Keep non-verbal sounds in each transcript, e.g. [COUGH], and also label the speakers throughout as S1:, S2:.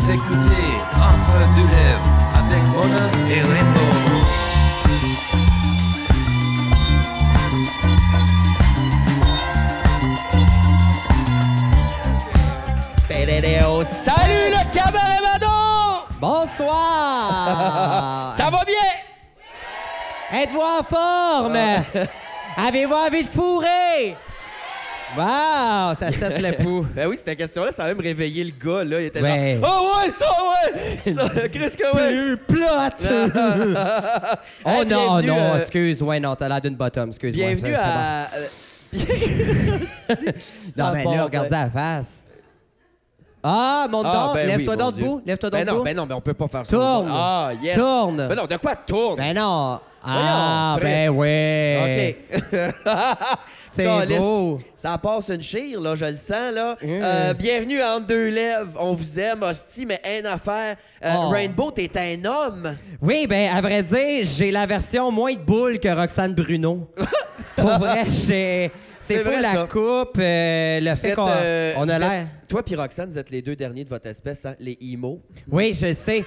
S1: s'écouter entre deux lèvres avec Ronan et Raymond.
S2: Pédédéo. Salut le cabaret Madon!
S3: Bonsoir!
S2: Ça va bien?
S3: Êtes-vous en forme? Avez-vous envie de fourrer? Wow, ça saute le pouls.
S2: Ben oui, cette question-là, ça a même réveillé le gars, là. Il était
S3: Ouais.
S2: genre, oh ouais, ça, ouais! Ça, Chris, que [LAUGHS] ouais!
S3: Plus
S2: [LAUGHS]
S3: plate! oh
S2: Hey,
S3: non,
S2: bienvenue,
S3: non,
S2: euh,
S3: excuse, ouais, non, t'as l'air d'une bottom, excuse-moi.
S2: Bienvenue
S3: ça, c'est
S2: à... euh,
S3: bon.
S2: ça
S3: Non, mais
S2: part,
S3: là, regarde
S2: ben.
S3: la face. Ah, monte
S2: Ah,
S3: donc,
S2: ben oui,
S3: lève-toi
S2: mon
S3: donc
S2: Dieu.
S3: debout, lève-toi donc
S2: Ben non,
S3: debout.
S2: ben non, mais on peut pas faire ça.
S3: Tourne.
S2: Ah, yes!
S3: Tourne.
S2: Ben non, de quoi tourne?
S3: Ben non. Ah, ben oui.
S2: OK.
S3: [LAUGHS] C'est
S2: Caliste.
S3: beau. Mmh.
S2: Ça passe une chire, là, je le sens, là. Euh, bienvenue à Entre deux lèvres. On vous aime, hostie, mais un affaire. Euh,
S3: Oh.
S2: Rainbow, t'es un homme.
S3: Oui, ben à vrai dire, j'ai la version moins de boule que Roxane
S2: [LAUGHS]
S3: Bruno. Pour vrai, j'ai-
S2: C'est
S3: c'est pour
S2: vrai,
S3: la
S2: ça.
S3: coupe, euh, le
S2: Vous
S3: fait
S2: êtes,
S3: qu'on
S2: euh,
S3: on a
S2: vous êtes-
S3: l'air.
S2: Toi puis Roxane, vous êtes les deux derniers de votre espèce, hein, les imos.
S3: Oui, je sais.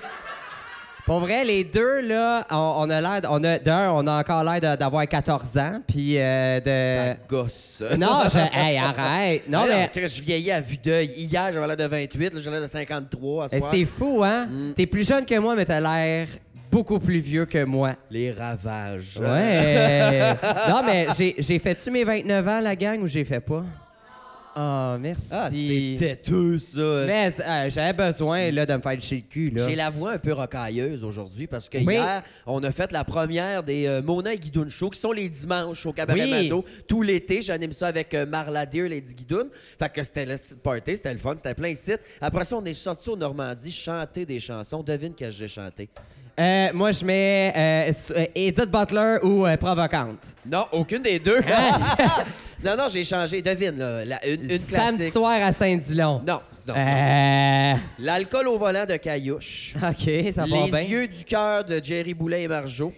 S3: Pour vrai, les deux là, on, on a l'air, on a d'un, on a encore l'air de- d'avoir 14 ans, puis euh, de.
S2: Ça gosse.
S3: [LAUGHS] Non, je,
S2: [LAUGHS]
S3: hey, arrête. Non
S2: Ah
S3: mais
S2: Chris, je vieillis à vue d'œil. Hier, j'avais l'air de 28, là, j'en ai l'air de 53 à
S3: euh,
S2: soir.
S3: c'est fou, hein.
S2: Mm.
S3: T'es plus jeune que moi, mais t'as l'air beaucoup plus vieux que moi.
S2: Les ravages. [LAUGHS]
S3: Ouais. non, mais j'ai- j'ai fait-tu mes 29 ans, la gang, ou j'ai fait pas? Ah, merci.
S2: Ah, c'est têteux, ça.
S3: Mais euh, j'avais besoin là, de me faire lécher le cul. Là.
S2: J'ai la voix un peu rocailleuse aujourd'hui parce que
S3: Oui.
S2: hier, on a fait la première des euh, Mona et Guidoune Show qui sont les dimanches au Cabaret
S3: Oui.
S2: Mado. Tout l'été, j'anime ça avec euh, Marla Deer, Lady Guidoune. Fait que c'était le petit party, c'était le fun, c'était plein de sites. Après ça, on est sorti au Normandie chanter des chansons. Devine qu'est-ce que j'ai chanté.
S3: Euh, moi, je mets euh, s- euh, Edith Butler ou euh, Provocante.
S2: Non, aucune des deux. [LAUGHS] non, non, j'ai changé. Devine, là, la- une, une
S3: Samedi
S2: classique.
S3: soir à Saint-Dilon.
S2: Non, non. [LAUGHS]
S3: Euh,
S2: L'alcool au volant de Caillouche.
S3: OK, ça va
S2: Les
S3: bien.
S2: yeux du cœur de Jerry Boulet et Marjo.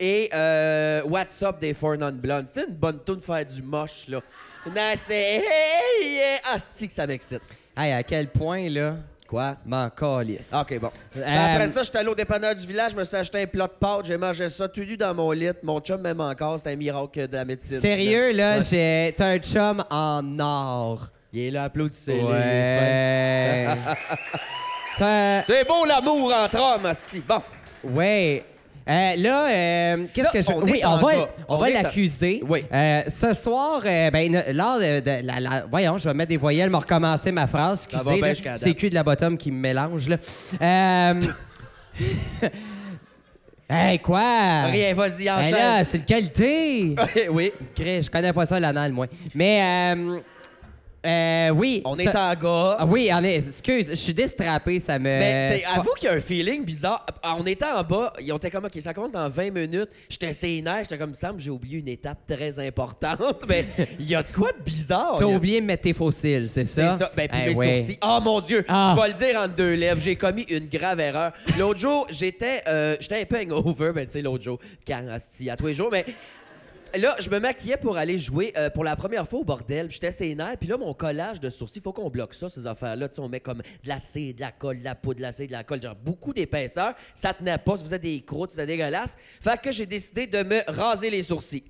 S2: Et euh, What's Up des Four Non Blondes. C'est une bonne toune faire du moche, là. Non, c'est... Hey, yeah. Ah, c'est que ça m'excite.
S3: Hey, à quel point, là,
S2: Quoi?
S3: m'en calisse.
S2: OK, bon. Ben,
S3: Euh,
S2: après ça, j'étais allé au dépanneur du village, je me suis acheté un plat de pâtes, j'ai mangé ça tout nu dans mon lit. Mon chum, même encore, c'est un miracle de la médecine.
S3: Sérieux, là,
S2: Ouais.
S3: j'ai... t'as un chum en or.
S2: Il est là, applaudissez-le. il est fin. [LAUGHS]
S3: Ouais. [LAUGHS] T'as un-
S2: C'est beau l'amour entre hommes, Asti. Bon.
S3: Ouais. Euh, là, euh, qu'est-ce
S2: Là,
S3: que je...
S2: on
S3: oui,
S2: est
S3: on
S2: en
S3: va,
S2: bas.
S3: on
S2: On
S3: va
S2: est en-
S3: l'accuser.
S2: Oui.
S3: Euh, ce soir, euh, ben, ne- lors de, de la, la- Voyons, je vais mettre des voyelles, me recommencer ma phrase.
S2: Ça va
S3: Excusez,
S2: bien
S3: là.
S2: jusqu'à la
S3: c'est
S2: date.
S3: cul de la bottom qui me mélange, là. Euh... [LAUGHS] hey, quoi?
S2: Rien, vas-y,
S3: Ben
S2: enchaîne.
S3: là, c'est
S2: [LAUGHS]
S3: une qualité.
S2: oui.
S3: Chris, je connais pas ça, l'anal, moi. Mais, euh, euh, oui.
S2: On
S3: ce-
S2: est en gars.
S3: Ah oui, on est... excuse, je suis distrapé, ça me...
S2: Mais Ben, c'est avoue qu'il y a un feeling bizarre. On était en bas, ils ont été comme, OK, ça commence dans 20 minutes. J'étais sénère, j'étais comme, il me semble, j'ai oublié une étape très importante. [LAUGHS] Mais il y a de quoi de bizarre?
S3: T'as
S2: Il y a-
S3: oublié de mettre tes fossiles, c'est
S2: Oh, C'est
S3: ça?
S2: ça. Ben, puis
S3: Eh
S2: mes
S3: ouais.
S2: sourcils. Oh mon Dieu,
S3: Ah.
S2: je vais le dire entre deux lèvres, j'ai commis une grave erreur. L'autre jour, j'étais euh, j'étais un peu hangover, ben tu sais, l'autre jour, quand, asti, à tous les jours, mais... Là, je me maquillais pour aller jouer euh, pour la première fois au bordel. Puis J'étais sénère. Puis là, mon collage de sourcils, faut qu'on bloque ça, ces affaires-là. Tu sais, on met comme de la cire, de la colle, de la poudre, de la cire, de la colle. Genre, beaucoup d'épaisseur. Ça tenait pas. Si vous êtes des crocs, c'était dégueulasse. Fait que j'ai décidé de me raser les sourcils.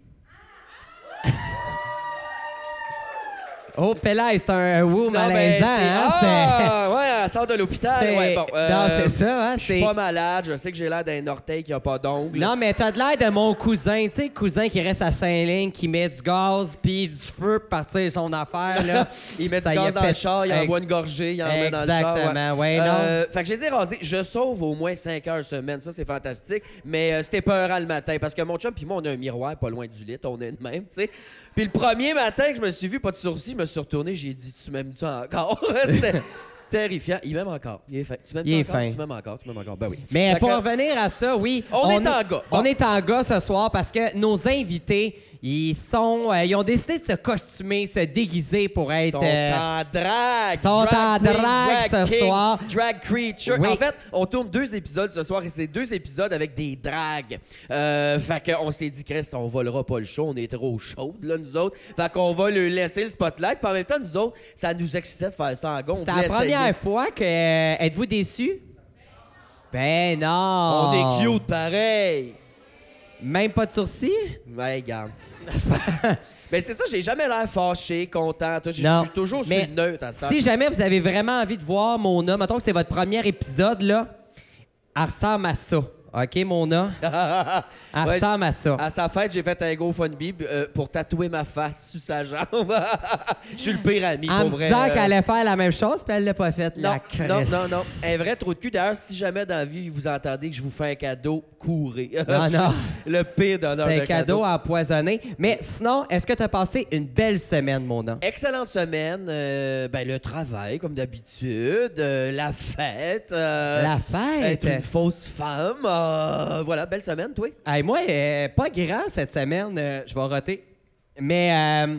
S3: Oh, Pella, c'est un woo
S2: Non, mais c'est-
S3: malaisant, hein? c'est-
S2: Ah, ouais, elle sort de l'hôpital.
S3: c'est-
S2: Ouais, bon, euh,
S3: Non, c'est ça, hein,
S2: Je suis
S3: c'est-
S2: pas malade, je sais que j'ai l'air d'un orteil qui a pas d'ongle.
S3: Non, mais t'as de l'air de mon cousin, tu sais, le cousin qui reste à Saint-Lin, qui met du gaz puis du feu pour partir son affaire, là.
S2: [LAUGHS] Il met
S3: Ça
S2: du
S3: y
S2: gaz
S3: est,
S2: dans le
S3: fait-
S2: char, il
S3: Hey,
S2: envoie une gorgée, il en met dans le char. Euh,
S3: Exactement, ouais, non.
S2: fait que je les ai rasés. Je sauve au moins 5 heures semaine, ça c'est fantastique. Mais euh, c'était peurant le matin parce que mon chum puis moi, on a un miroir pas loin du lit, on est de même, tu sais. Puis le premier matin que je me suis vu, pas de sourcils, je me suis retourné, j'ai dit Tu m'aimes-tu encore [LAUGHS] C'était terrifiant. Il m'aime encore. Il est fin. Tu m'aimes
S3: Il est
S2: encore
S3: fin.
S2: Tu m'aimes encore Tu m'aimes encore Ben oui.
S3: Mais
S2: Fait
S3: pour
S2: que-
S3: revenir à ça, oui.
S2: On est en gars. Bon.
S3: On est en gars ce soir parce que nos invités, Ils sont, euh, ils ont décidé de se costumer, se déguiser pour être.
S2: sont
S3: euh,
S2: en drague.
S3: sont
S2: Drag
S3: en
S2: queen,
S3: drague
S2: drag
S3: ce
S2: king,
S3: soir.
S2: Drag creature.
S3: Oui.
S2: En fait, on tourne deux épisodes ce soir et c'est deux épisodes avec des dragues. Euh, fait qu'on s'est dit, Chris, on volera pas le show. On est trop chaudes, là, nous autres. Fait qu'on va leur laisser le spotlight. Puis en même temps, nous autres, ça nous excitait de faire ça en gond.
S3: C'est
S2: On
S3: la
S2: voulait essayer.
S3: première fois que. euh, Êtes-vous déçus? Ben non!
S2: On est cute pareil.
S3: Même pas de sourcils?
S2: Ouais, regarde.
S3: [LAUGHS]
S2: Mais c'est ça, j'ai jamais l'air fâché, content. tout. Je je
S3: Non.
S2: suis toujours
S3: Mais
S2: sur le neutre à ça.
S3: Si jamais vous avez vraiment envie de voir Mona, mettons que c'est votre premier épisode, là, elle ressemble à ça.
S2: [LAUGHS]
S3: OK, Mona? Elle
S2: Ouais, Ah,
S3: ressemble à ça.
S2: À sa fête, j'ai fait un GoFundMe euh, pour tatouer ma face sur sa jambe. [LAUGHS] Je suis le pire ami,
S3: En
S2: pour
S3: me
S2: vrai.
S3: disant
S2: euh,
S3: qu'elle allait faire la même chose, puis elle l'a pas faite,
S2: non,
S3: la crisse.
S2: non, non, non. Un vrai trou de cul. D'ailleurs, si jamais dans la vie, vous entendez que je vous fais un cadeau, courez.
S3: Non,
S2: [LAUGHS]
S3: Ah, non.
S2: Le pire donneur
S3: C'est
S2: de
S3: un cadeau à empoisonner. Mais sinon, est-ce que tu as passé une belle semaine, Mona?
S2: Excellente semaine. euh, ben, le travail, comme d'habitude. euh, la fête. euh,
S3: La fête?
S2: Être une fausse femme. euh, voilà, belle semaine, toi.
S3: Hey, moi, euh, pas grand cette semaine. euh, je vais roter. Mais. euh,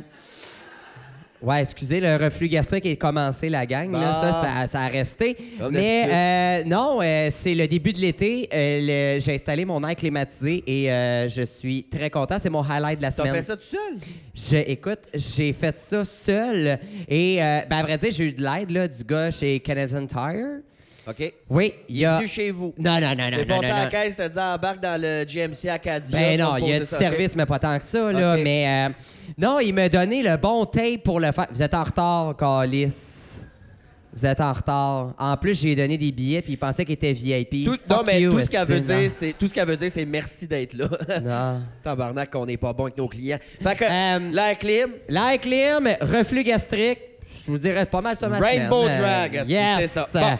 S3: Ouais, excusez, le reflux gastrique est commencé, la gang. là.
S2: Bah.
S3: ça, ça, ça a resté.
S2: Comme
S3: Mais euh, non, euh, c'est le début de l'été. euh, le- J'ai installé mon air climatisé et euh, je suis très content. C'est mon highlight de la
S2: T'as
S3: semaine.
S2: fait ça tout seul?
S3: Je, écoute, j'ai fait ça seul. Et, euh, ben, à vrai dire, j'ai eu de l'aide là, du gars chez Canadian Tire.
S2: OK.
S3: Oui, il y a.
S2: Venu chez vous.
S3: Non, non, non, non.
S2: T'es
S3: non,
S2: passé
S3: non,
S2: à
S3: non.
S2: la caisse, t'as dit embarque dans le GMC Acadia.
S3: Ben
S2: tu vas
S3: non,
S2: me
S3: il y
S2: poser
S3: a du
S2: ça,
S3: service,
S2: ok?
S3: mais pas tant que ça, là.
S2: Ok.
S3: Mais euh, non, il m'a donné le bon tape pour le faire. Vous êtes en retard, Calis. Vous êtes en retard. En plus, j'ai donné des billets, puis il pensait qu'il était VIP.
S2: Tout,
S3: Fuck
S2: non, mais
S3: you,
S2: tout ce qu'elle veut
S3: esti,
S2: dire, c'est tout ce qu'elle veut dire, c'est merci d'être là.
S3: non. Non.
S2: [LAUGHS] Tabarnak, qu'on n'est pas bon avec nos clients. Fait que
S3: Euh,
S2: l'air clim,
S3: L'air clim, reflux gastrique. Je vous dirais pas mal ça ma
S2: Rainbow
S3: semaine. Euh,
S2: Drag, esti,
S3: yes.
S2: c'est ça. Bon.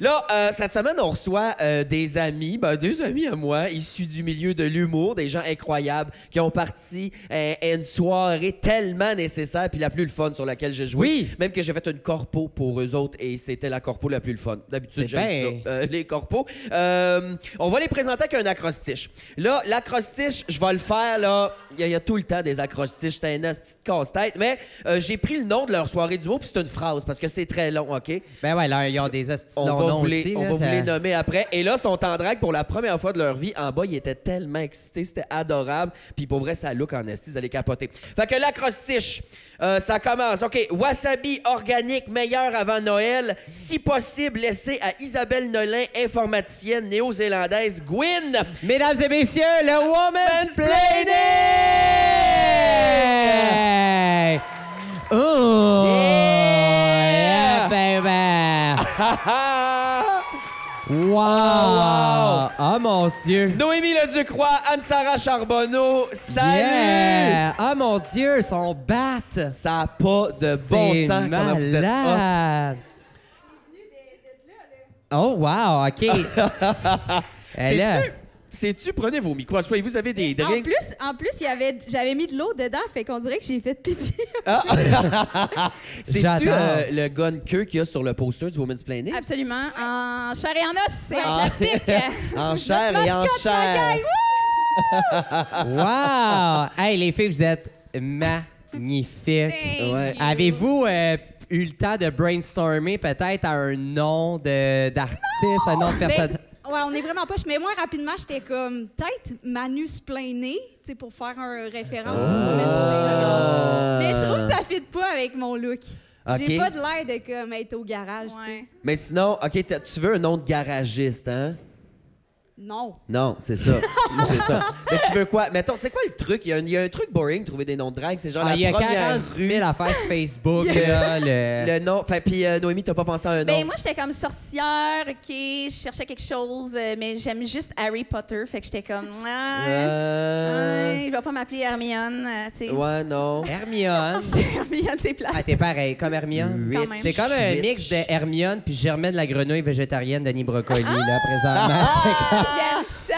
S2: Là, euh, cette semaine, on reçoit euh, des amis, ben, deux amis à moi, issus du milieu de l'humour, des gens incroyables qui ont parti euh, à une soirée tellement nécessaire, puis la plus le fun sur laquelle j'ai joué.
S3: Oui.
S2: Même que j'ai fait une corpo pour eux autres, et c'était la corpo la plus le fun. D'habitude,
S3: C'est
S2: j'aime
S3: bien.
S2: ça, euh, les corpos. Euh, on va les présenter avec un acrostiche. Là, l'acrostiche, je vais le faire, là, il y, a- il y a tout le temps des acrostiches, c'est un petit casse-tête, mais euh, j'ai pris le nom de leur soirée d'humour, puis c'est une phrase, parce que c'est très long, OK?
S3: Ben ouais, là, ils ont des hosties
S2: On
S3: longs
S2: va,
S3: noms
S2: vous les,
S3: aussi,
S2: on
S3: là,
S2: va vous
S3: ça-
S2: les nommer après. Et là, sont en drague pour la première fois de leur vie. En bas, ils étaient tellement excités. C'était adorable. Puis pour vrai, ça look en esti. Vous allez capoter. Fait que l'acrostiche, euh, ça commence. OK. Wasabi organique meilleur avant Noël. Si possible, laissé à Isabelle Nolin, informaticienne néo-zélandaise. Gwyn.
S3: Mesdames et messieurs, le Woman's Planning! Oh!
S2: Yeah!
S3: Yeah, baby!
S2: Ha, ha. Oh,
S3: Wow!
S2: wow!
S3: Ah, mon Dieu!
S2: Noémie Leducroix, Anne-Sarah Charbonneau. Salut!
S3: Yeah! Ah, mon Dieu, son bat!
S2: Ça n'a pas de bon
S3: C'est
S2: sens. comment vous êtes hot.
S3: malade! Oh, wow, OK.
S2: [LAUGHS]
S3: Elle a-
S2: C'est-tu? C'est-tu? Prenez vos micros. Soyez, vous avez des
S4: En
S2: drinks.
S4: plus, en plus, il y avait, j'avais mis de l'eau dedans, fait qu'on dirait que j'ai fait
S5: [LAUGHS]
S4: pipi.
S2: C'est-tu
S3: J'adore.
S2: euh, le gun queue qu'il y a sur le poster du Women's Planning?
S4: Absolument. En chair et en os, c'est
S2: Ah.
S4: en plastique.
S2: En chair
S4: Notre
S2: et en
S4: [LAUGHS] mascotte, la
S2: chair.
S4: gang, wouh!
S3: Wow! Hey, les filles, vous êtes magnifiques.
S4: Thank
S2: Ouais.
S4: you.
S3: Avez-vous euh, eu le temps de brainstormer peut-être à un nom de- d'artiste, un nom de
S4: Mais-
S3: personne?
S4: Ben, ouais, on est vraiment poche. Mais moi, rapidement, j'étais comme peut-être Manu Splainé, tu sais, pour faire un référence
S2: Ah.
S4: au Women's Planning. Mais je trouve que ça fit pas avec mon look.
S2: Ok.
S4: J'ai pas de l'air de comme être au garage, tu sais.
S5: Ouais.
S2: Mais sinon, OK, t'as- tu veux un nom de garagiste, hein?
S4: Non.
S2: Non, c'est
S4: [LAUGHS]
S2: ça. c'est ça. Mais tu veux quoi? Mettons, c'est quoi le truc? Il y, a un- il y a un truc boring, trouver des noms de drague. C'est genre
S3: Ah,
S2: la
S3: il y a
S2: première
S3: 40
S2: rue.
S3: 000 affaires
S2: [LAUGHS]
S3: sur Facebook. là, le-
S2: Le nom. Fait, puis euh, Noémie, t'as pas pensé à un nom?
S5: Ben, moi, j'étais comme sorcière, OK, je cherchais quelque chose, euh, mais j'aime juste Harry Potter, fait que j'étais comme, ouais,
S2: Euh,
S5: ouais, il va pas m'appeler Hermione, euh, tu sais.
S2: Ouais, non. [LAUGHS]
S3: Hermione.
S5: [LAUGHS] Hermione, c'est plat.
S3: Ah, t'es pareil, comme Hermione.
S5: Quand même.
S3: C'est comme un mix de Hermione puis Germaine la grenouille végétarienne d'Annie Brocoli,
S4: Ah!
S3: là, présentement.
S5: J'aime ça!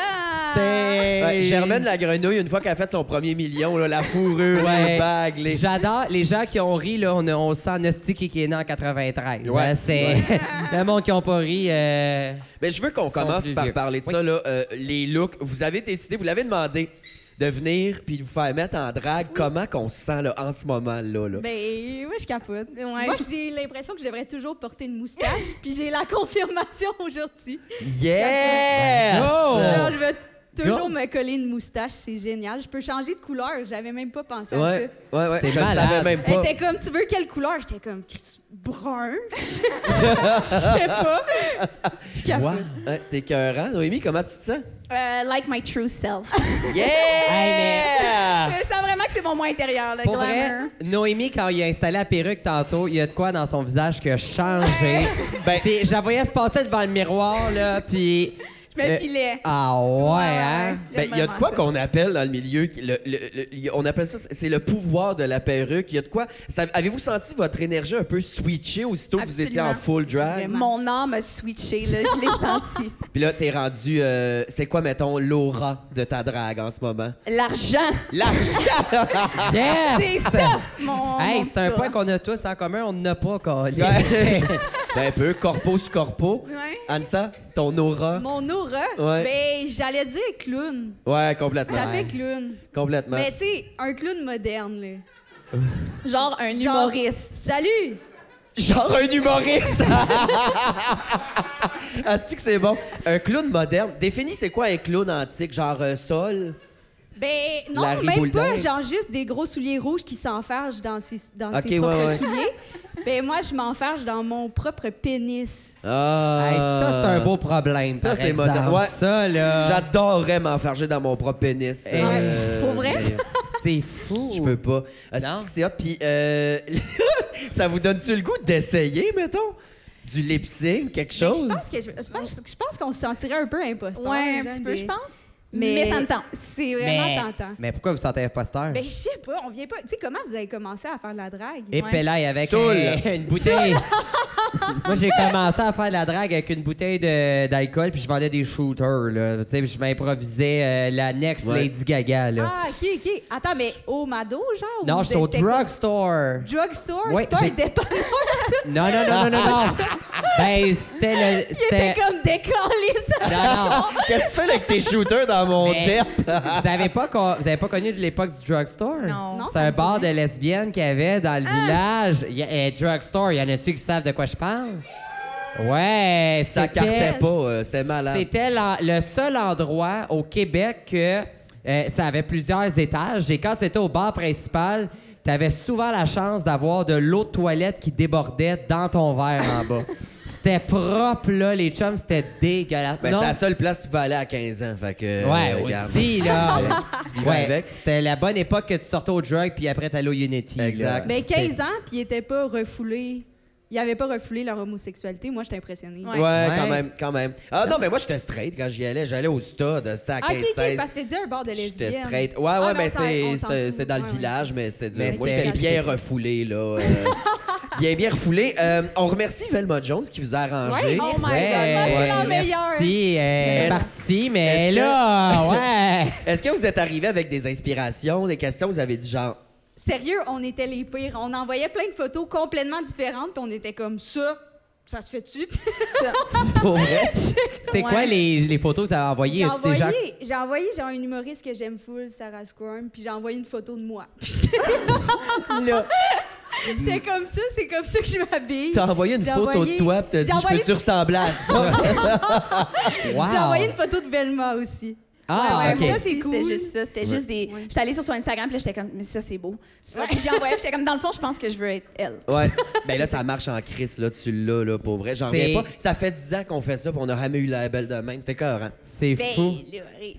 S2: [LAUGHS]
S3: C'est-
S2: Ouais, Germaine la grenouille, une fois qu'elle a fait son premier million, là, la fourrure, les
S3: Ouais.
S2: bagues, les...
S3: J'adore les gens qui ont ri, là, on, on sent Nasty qui qui est né en 93.
S2: Ouais.
S3: Hein, c'est [LAUGHS] le monde qui n'a pas ri. euh,
S2: Mais je veux qu'on
S3: Ils sont
S2: commence
S3: plus
S2: par
S3: vieux.
S2: parler de
S3: Oui.
S2: ça, là, euh, les looks. Vous avez décidé, vous l'avez demandé. de venir puis de vous faire mettre en drague. Comment qu'on se sent là, en ce moment là? là?
S4: Ben, ouais, je capote.
S5: Ouais,
S4: Moi,
S5: je-
S4: j'ai l'impression que je devrais toujours porter une moustache, [LAUGHS] puis j'ai la confirmation aujourd'hui.
S3: Ben,
S2: Yes!
S3: Oh!
S4: Alors, je vais toujours me coller une moustache, c'est génial. Je peux changer de couleur, j'avais même pas pensé à ça.
S2: Ouais, ouais, ouais.
S3: C'est
S2: Je le
S3: malade.
S2: savais même
S4: Elle
S2: pas.
S4: était comme, tu veux quelle couleur? J'étais comme, Chris, brun? [LAUGHS] Je
S2: [LAUGHS]
S4: sais pas. Je capote.
S3: Wow.
S2: Ouais, C'était écœurant. Noémie, comment tu te sens?
S5: Euh, like my
S4: [LAUGHS]
S5: true self.
S3: ben,
S2: Yeah!
S5: Je sens vraiment que c'est mon moi intérieur, le
S3: Pour
S5: glamour.
S3: vrai, Noémie, quand il a installé la perruque tantôt, il y a de quoi dans son visage qui a changé.
S2: Ben-
S3: puis je la voyais se passer devant le miroir, là, puis...
S5: Je me
S2: Euh,
S3: Le-
S5: filais.
S3: Ah ouais, hein?
S5: ouais.
S2: Ben, il y a de quoi qu'on appelle dans le milieu, qui- le- le- le- il y a- on appelle ça, c'est le pouvoir de la perruque. Il y a de quoi. ça- Avez-vous senti votre énergie un peu switcher aussitôt que vous étiez en
S5: Absolument.
S2: full drag?
S4: Vraiment.
S5: Mon âme a switché, là, je l'ai senti.
S2: Puis là, t'es rendu, euh, c'est quoi, mettons, l'aura de ta drague en ce moment?
S5: L'argent,
S4: [LAUGHS]
S2: L'argent!
S3: Yes!
S5: mon.
S3: Hey,
S5: mon
S3: c'est un
S5: petit
S3: point
S5: bras.
S3: qu'on a tous en commun, on n'a pas, Colin.
S2: Ouais. ben, un peu, corpo sur corpo.
S5: Ouais.
S2: Ansa, ton aura?
S4: Mon aura,
S2: Ouais.
S4: ben, j'allais dire clown.
S2: Ouais, complètement.
S4: Ça fait clown.
S2: Complètement.
S4: Mais tu sais, un clown moderne, là.
S5: Genre un
S4: [LAUGHS] Genre,
S5: humoriste.
S4: Salut!
S2: Genre un humoriste! [LAUGHS] Asti que c'est bon. Un clown moderne. Définis c'est quoi un clown antique? Genre euh, sol?
S4: Ben non,
S2: Larry
S4: même pas.
S2: Boulder.
S4: Genre juste des gros souliers rouges qui s'enfergent dans ses, dans
S2: Ok,
S4: ses propres
S2: ouais, ouais.
S4: souliers. Ben moi, je m'enferge dans mon propre pénis.
S2: Ah!
S3: [LAUGHS] Hey, ça, c'est un beau problème.
S2: Ça,
S3: par
S2: c'est
S3: exemple.
S2: moderne. Ouais.
S3: Ça, là.
S2: J'adorerais m'enfarger dans mon propre pénis. euh,
S3: Hey.
S5: Pour vrai?
S2: mais
S3: C'est fou.
S2: Je peux pas. Asti
S3: Non.
S2: que c'est hot. Puis, euh, [LAUGHS] ça vous donne-tu le goût d'essayer, mettons? Du lip sync, quelque
S4: Ben,
S2: chose? [LAUGHS]
S4: je pense que je, je pense, je pense qu'on se sentirait un peu imposteur.
S5: Ouais, un
S4: genre
S5: petit peu,
S4: des-
S5: je pense. Mais, ça me tente.
S4: C'est vraiment
S3: mais,
S4: tentant.
S3: mais pourquoi vous sentez imposteur?
S4: Ben je sais pas, on vient pas. Tu sais comment vous avez commencé à faire de la drague
S3: Et
S5: ouais.
S3: Pelaye avec
S2: Saoul.
S3: un- [LAUGHS] une
S4: [LAUGHS]
S3: bouteille. Moi, j'ai commencé à faire de la drague avec une bouteille de- d'alcool, puis je vendais des shooters. Là. Tu sais, Je m'improvisais euh, la next
S2: Ouais.
S3: Lady Gaga. Là.
S4: Ah ok ok. Attends, mais au Mado genre ou
S3: non, j'étais au
S4: c'était quoi?
S3: drugstore.
S4: Drugstore,
S3: Ouais,
S4: c'est pas un
S3: j'ai-
S4: dépanneur.
S3: Non, non, non, non, non, non.
S4: [LAUGHS]
S3: ben, c'était le.
S4: Il était comme décalé ça.
S3: Non, non.
S2: Qu'est-ce que tu fais avec tes shooters dans mon
S3: Mais-
S2: derp? [LAUGHS] Ben,
S3: vous avez pas, con- vous avez pas connu de l'époque du drugstore?
S5: Non.
S4: Non,
S3: C'est
S4: ça me
S3: un
S4: dit
S3: bar de lesbiennes qu'il y avait dans le village. Il y a- eh, drugstore, il y en a-tu qui savent de quoi je parle? Ouais,
S2: Ça
S3: c'était-
S2: cartait pas, euh, c'était malade.
S3: C'était la- le seul endroit au Québec que euh, ça avait plusieurs étages. Et quand tu étais au bar principal, tu avais souvent la chance d'avoir de l'eau de toilette qui débordait dans ton verre en bas. C'était propre, là, les chums, c'était dégueulasse.
S2: Ben,
S3: Non,
S2: c'est la seule place que tu pouvais aller à 15 ans. Fait que,
S3: Ouais,
S2: euh, regarde.
S3: aussi, là.
S2: [LAUGHS] Tu vivais
S3: Ouais,
S2: avec.
S3: C'était la bonne époque que tu sortais au drug, puis après, t'allais au Unity. là.
S2: Exact.
S4: Mais
S3: C'est-
S4: 15 ans, puis ils n'étaient pas refoulés. Ils n'avaient pas refoulé leur homosexualité. Moi, j'étais impressionnée.
S5: Ouais.
S2: Ouais, quand
S3: Ouais.
S2: même, quand même. Ah non, mais moi, j'étais straight quand j'y allais. J'allais au stade, c'était à
S4: Ah,
S2: 15
S4: ok, ok,
S2: 16
S4: parce que c'était dit un bord de lesbiennes.
S2: J'étais straight. Ouais, ouais,
S4: Ah, non,
S2: mais
S4: ça, on
S2: c'est-
S4: s'en
S2: c'était
S4: fout.
S2: c'était dans le
S4: Ouais, ouais.
S2: village, mais c'était dur.
S3: Mais
S2: Moi,
S3: c'était
S2: j'étais bien
S3: compliqué.
S2: refoulé, là.
S4: [LAUGHS]
S2: euh, bien, bien refoulé. Euh, on remercie Velma Jones qui vous a arrangé.
S4: Ouais, oh
S3: Ouais,
S4: my God, c'est la
S3: ouais.
S4: meilleure.
S3: Merci, elle est
S2: Est-ce-
S3: partie, mais elle est
S2: est-ce que- [LAUGHS]
S3: là, ouais.
S2: Est-ce que vous êtes arrivé avec des inspirations, des questions? Vous avez dit genre,
S4: Sérieux, on était les pires. On envoyait plein de photos complètement différentes, puis on était comme ça. Ça se fait-tu?
S3: Pour vrai? C'est quoi
S5: Ouais.
S3: les, les photos que vous avez envoyées?
S4: J'ai
S3: Est-ce
S4: envoyé,
S3: déjà-
S4: j'ai envoyé genre une humoriste que j'aime full, Sarah Squirm, puis j'ai envoyé une photo
S2: [LAUGHS]
S4: de moi. J'étais comme ça, c'est comme ça que je m'habille.
S2: Hmm. t'as envoyé une
S4: J'ai
S2: photo
S4: envoyé-
S2: de toi, pis t'as
S4: j'ai
S2: dit, je
S4: envoyé-
S2: peux-tu ressembler à ça?
S3: Wow.
S4: [LAUGHS] J'ai
S2: ah!
S4: envoyé une photo de Belma aussi.
S3: Ah,
S4: Ouais,
S3: OK.
S4: ouais,
S5: Ça, c'est
S4: cool.
S5: C'était juste ça. C'était juste des. J'étais allée sur son Instagram, puis là, j'étais comme, mais ça, c'est beau. Ça, Puis j'ai envoyé, j'étais comme, dans le fond, je pense que je veux être elle.
S4: [LAUGHS]
S2: Ouais. Ben là, ça marche en crise, là, tu l'as, là, pour vrai. J'en
S3: C'est-
S2: reviens pas. Ça fait 10 ans qu'on fait ça, pis on a jamais eu la belle de même. T'es cœur, hein?
S3: C'est
S5: Ben,
S4: ben,
S3: fou.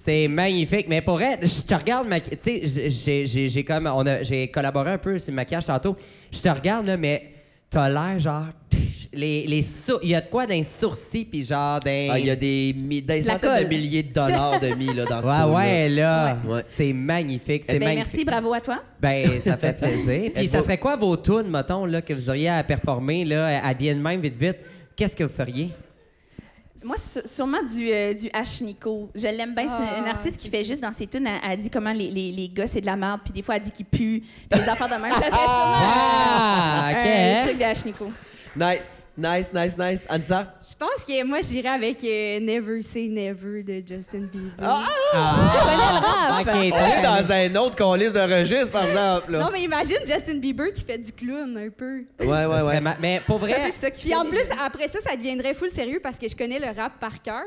S3: C'est magnifique. Mais pour vrai, je te regarde, ma... tu sais, j'ai- j'ai- j'ai j'ai comme, on a, j'ai collaboré un peu sur le maquillage tantôt. Je te regarde là, mais t'as l'air genre, les, les sour- il y a de quoi d'un sourcil puis genre d'un.
S2: Ah, il y a des, mi- des
S5: La
S2: centaines de
S5: colle.
S2: milliers de dollars de mis, là, dans
S4: [LAUGHS]
S2: ce
S3: Ouais,
S2: pot-là.
S3: ouais, là,
S2: Ouais.
S3: c'est magnifique, c'est
S5: Ben,
S3: magnifique.
S5: merci, bravo à toi.
S3: Ben, ça fait
S2: [LAUGHS]
S3: plaisir. Puis, ça
S2: Êtes-vous-
S3: serait quoi vos tunes, mettons, là, que vous auriez à performer, là, à bien de même, vite, vite? Qu'est-ce que vous feriez?
S5: Moi, su- sûrement du, euh, du H. Nico. Je l'aime bien. C'est
S4: Ah,
S5: une artiste qui fait juste dans ses tunes, elle, elle dit comment les, les, les gars, c'est de la merde, puis des
S2: [LAUGHS]
S5: fois, elle dit qu'ils puent, puis des affaires de même. Ça serait sûrement,
S3: Ah,
S5: Ah! euh,
S3: OK.
S5: un truc de H. Nico.
S2: Nice, nice, nice, nice. Anissa?
S4: Je pense que moi, j'irais avec euh, Never Say Never de Justin Bieber.
S2: Ah,
S5: Je connais le rap.
S3: Ah, Ok, t'as-
S2: On est dans un autre qu'on liste de registre, par exemple. là.
S4: Non, mais imagine Justin Bieber qui fait du clown un peu.
S2: Ouais, ouais, ouais.
S3: Vraiment. Mais pour
S5: C'est un
S3: vrai,
S5: peu ça qui
S4: Puis en
S5: fait-
S4: plus, après ça, ça deviendrait full sérieux parce que je connais le rap par cœur.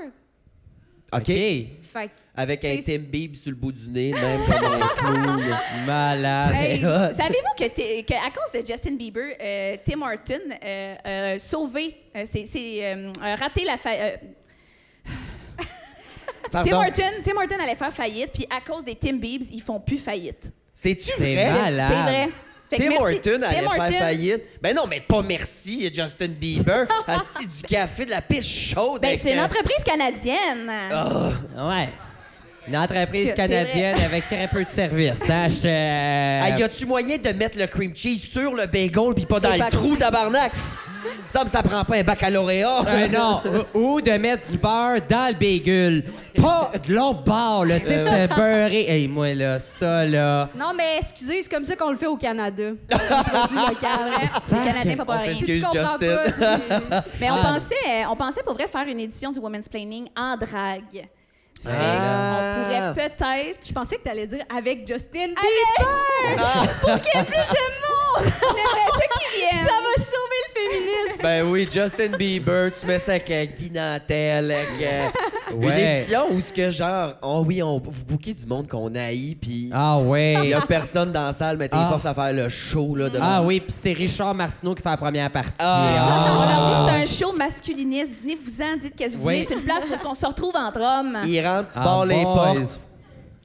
S2: OK.
S4: Fait que-
S2: Avec un
S4: Et-
S2: Tim Biebs sur le bout du nez, même comme un clown.
S3: malade.
S5: Hey,
S2: hot.
S5: Savez-vous que, t'es- que à cause de Justin Bieber, euh, Tim Horton euh, euh, sauvé, euh, c'est c'est, euh, euh, raté la fa- euh, Tim
S2: Pardon.
S5: Horton, Tim Horton allait faire faillite, puis à cause des Tim Biebs, ils font plus faillite.
S2: C'est-tu vrai?
S3: C'est mal.
S5: C'est
S3: Malade.
S5: vrai. Fait que
S2: Ah, Tim
S5: merci-
S2: Horton
S5: Tim
S2: allait
S5: Horton.
S2: faire faillite. Ben non, mais pas merci, Justin
S5: [LAUGHS]
S2: Bieber. Asti du café, de la pisse chaude.
S5: Ben,
S2: avec euh, Oh,
S5: c'est une
S2: un-
S5: entreprise canadienne.
S3: [LAUGHS] Ouais. Une entreprise
S5: C'est vrai.
S3: canadienne avec très peu de services. Hein? Je te-
S2: Ah, y a-tu moyen de mettre le cream cheese sur le bagel puis pas dans
S5: C'est
S2: le
S5: pas
S2: trou,
S5: cool.
S2: tabarnak? Ça me ça prend pas un baccalauréat.
S3: Euh, non, ou ou de mettre du beurre dans le bagel. Pas de l'autre bord, là, tu sais,
S5: Euh.
S3: de beurrer. Hey, moi, là, ça, là.
S4: Non, mais excusez, c'est comme ça qu'on le fait au Canada. [LAUGHS] Un produit local.
S5: [LAUGHS] Les Canadiens, pas pour rien.
S4: Si tu
S2: Excuse,
S4: comprends
S2: Justin.
S4: pas,
S5: [LAUGHS]
S4: c'est-
S5: Mais on pensait, on pensait pour vrai faire une édition du Women's Planning en drague. Fait,
S2: Ah.
S5: On pourrait peut-être.
S4: Je pensais que t'allais dire avec Justin
S5: Bieber!
S2: Ah.
S5: Pour qu'il y ait
S4: [LAUGHS]
S5: plus de monde! J'aimerais ça qu'il vienne.
S4: Ça va sauver le féminisme.
S2: Ben oui, Justin Bieber, tu mets ça avec euh, Guy Nantel, avec euh, une
S3: Ouais.
S2: édition où ce que genre, oh oui, on, vous bouquez du monde qu'on haït, puis
S3: Ah,
S2: il y
S3: ouais.
S2: a personne dans la salle, mais t'es
S3: Ah.
S2: force à faire le show là devant.
S3: Ah, oui, puis c'est Richard Martineau qui fait la première partie.
S2: Ah.
S5: On leur dit c'est un show masculiniste. Venez vous en, dites qu'est-ce que vous
S3: Oui.
S5: voulez. C'est une place pour qu'on se retrouve entre hommes.
S2: Il rentre,
S3: Ah,
S2: barre les
S3: boys.
S2: portes.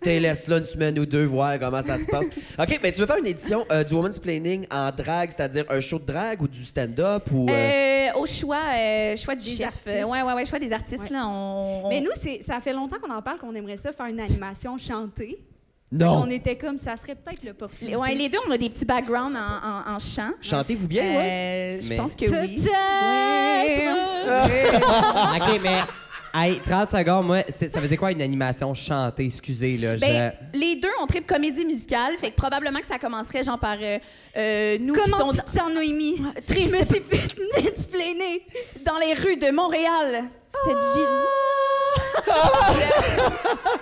S2: T'es laisse là une semaine ou deux voir comment ça se passe. OK, mais tu veux faire une édition euh, du Woman's Planning en drague, c'est-à-dire un show de drague ou du stand-up ou. euh,
S5: Euh, au choix, euh, choix du
S4: Des
S5: chef.
S4: artistes.
S5: Euh, Ouais, ouais, ouais, choix des artistes.
S4: Ouais.
S5: Là, on, on-
S4: Mais nous, c'est- ça fait longtemps qu'on en parle, qu'on aimerait ça faire une animation chantée.
S2: Non!
S4: On était comme, ça serait peut-être le portrait.
S5: Les- ouais, les deux, on a des petits backgrounds en, en- en chant.
S2: Chantez-vous bien, ouais?
S5: Euh, je
S3: Mais-
S5: pense que oui. Euh,
S4: Peut-être.
S3: OK, mais. Hey, 30 secondes, moi, c'est- ça veut dire quoi une animation chantée? Excusez, là.
S5: Ben,
S3: je...
S5: les deux, on tripe comédie musicale. Fait que probablement que ça commencerait, genre, par euh, euh, nous qui
S4: Comment tu
S5: sommes
S4: te sens, Noémie?
S5: triste.
S4: Je me suis fait [LAUGHS] explainer.
S5: dans les rues de Montréal. Cette
S4: Ah!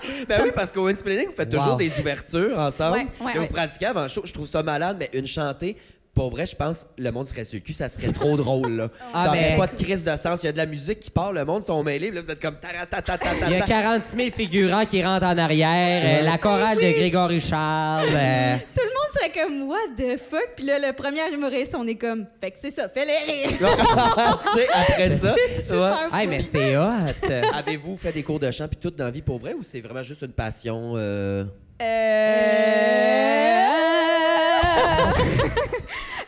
S5: ville.
S2: Ben oui, parce qu'au Women's Planning, vous faites toujours
S3: Wow.
S2: des ouvertures ensemble.
S5: Ouais, ouais,
S2: et vous
S5: ouais.
S2: pratiquez avant le show. Je trouve ça malade, mais une chantée. Pour vrai, je pense le monde serait sur le cul, ça serait trop drôle.
S5: [LAUGHS]
S2: Là.
S3: Ah,
S2: ça
S3: mais-
S5: ben.
S2: aurait pas de crise de sens. Il y a de la musique qui part, le monde sont mêlés. puis Là, vous êtes comme taratatatatata.
S3: Il y a 46 000 figurants qui rentrent en arrière. euh,
S5: Ah
S3: la chorale de Grégory Charles. euh,
S4: Tout le monde serait comme, what the fuck? Puis là, le premier humoriste, on est comme, fait que c'est ça, fais les [LAUGHS] rires.
S2: Tu sais, après ça, ouais.
S3: Hey, mais c'est hot.
S2: avez-vous fait des cours de chant puis tout dans la vie pour vrai ou c'est vraiment juste une passion? euh?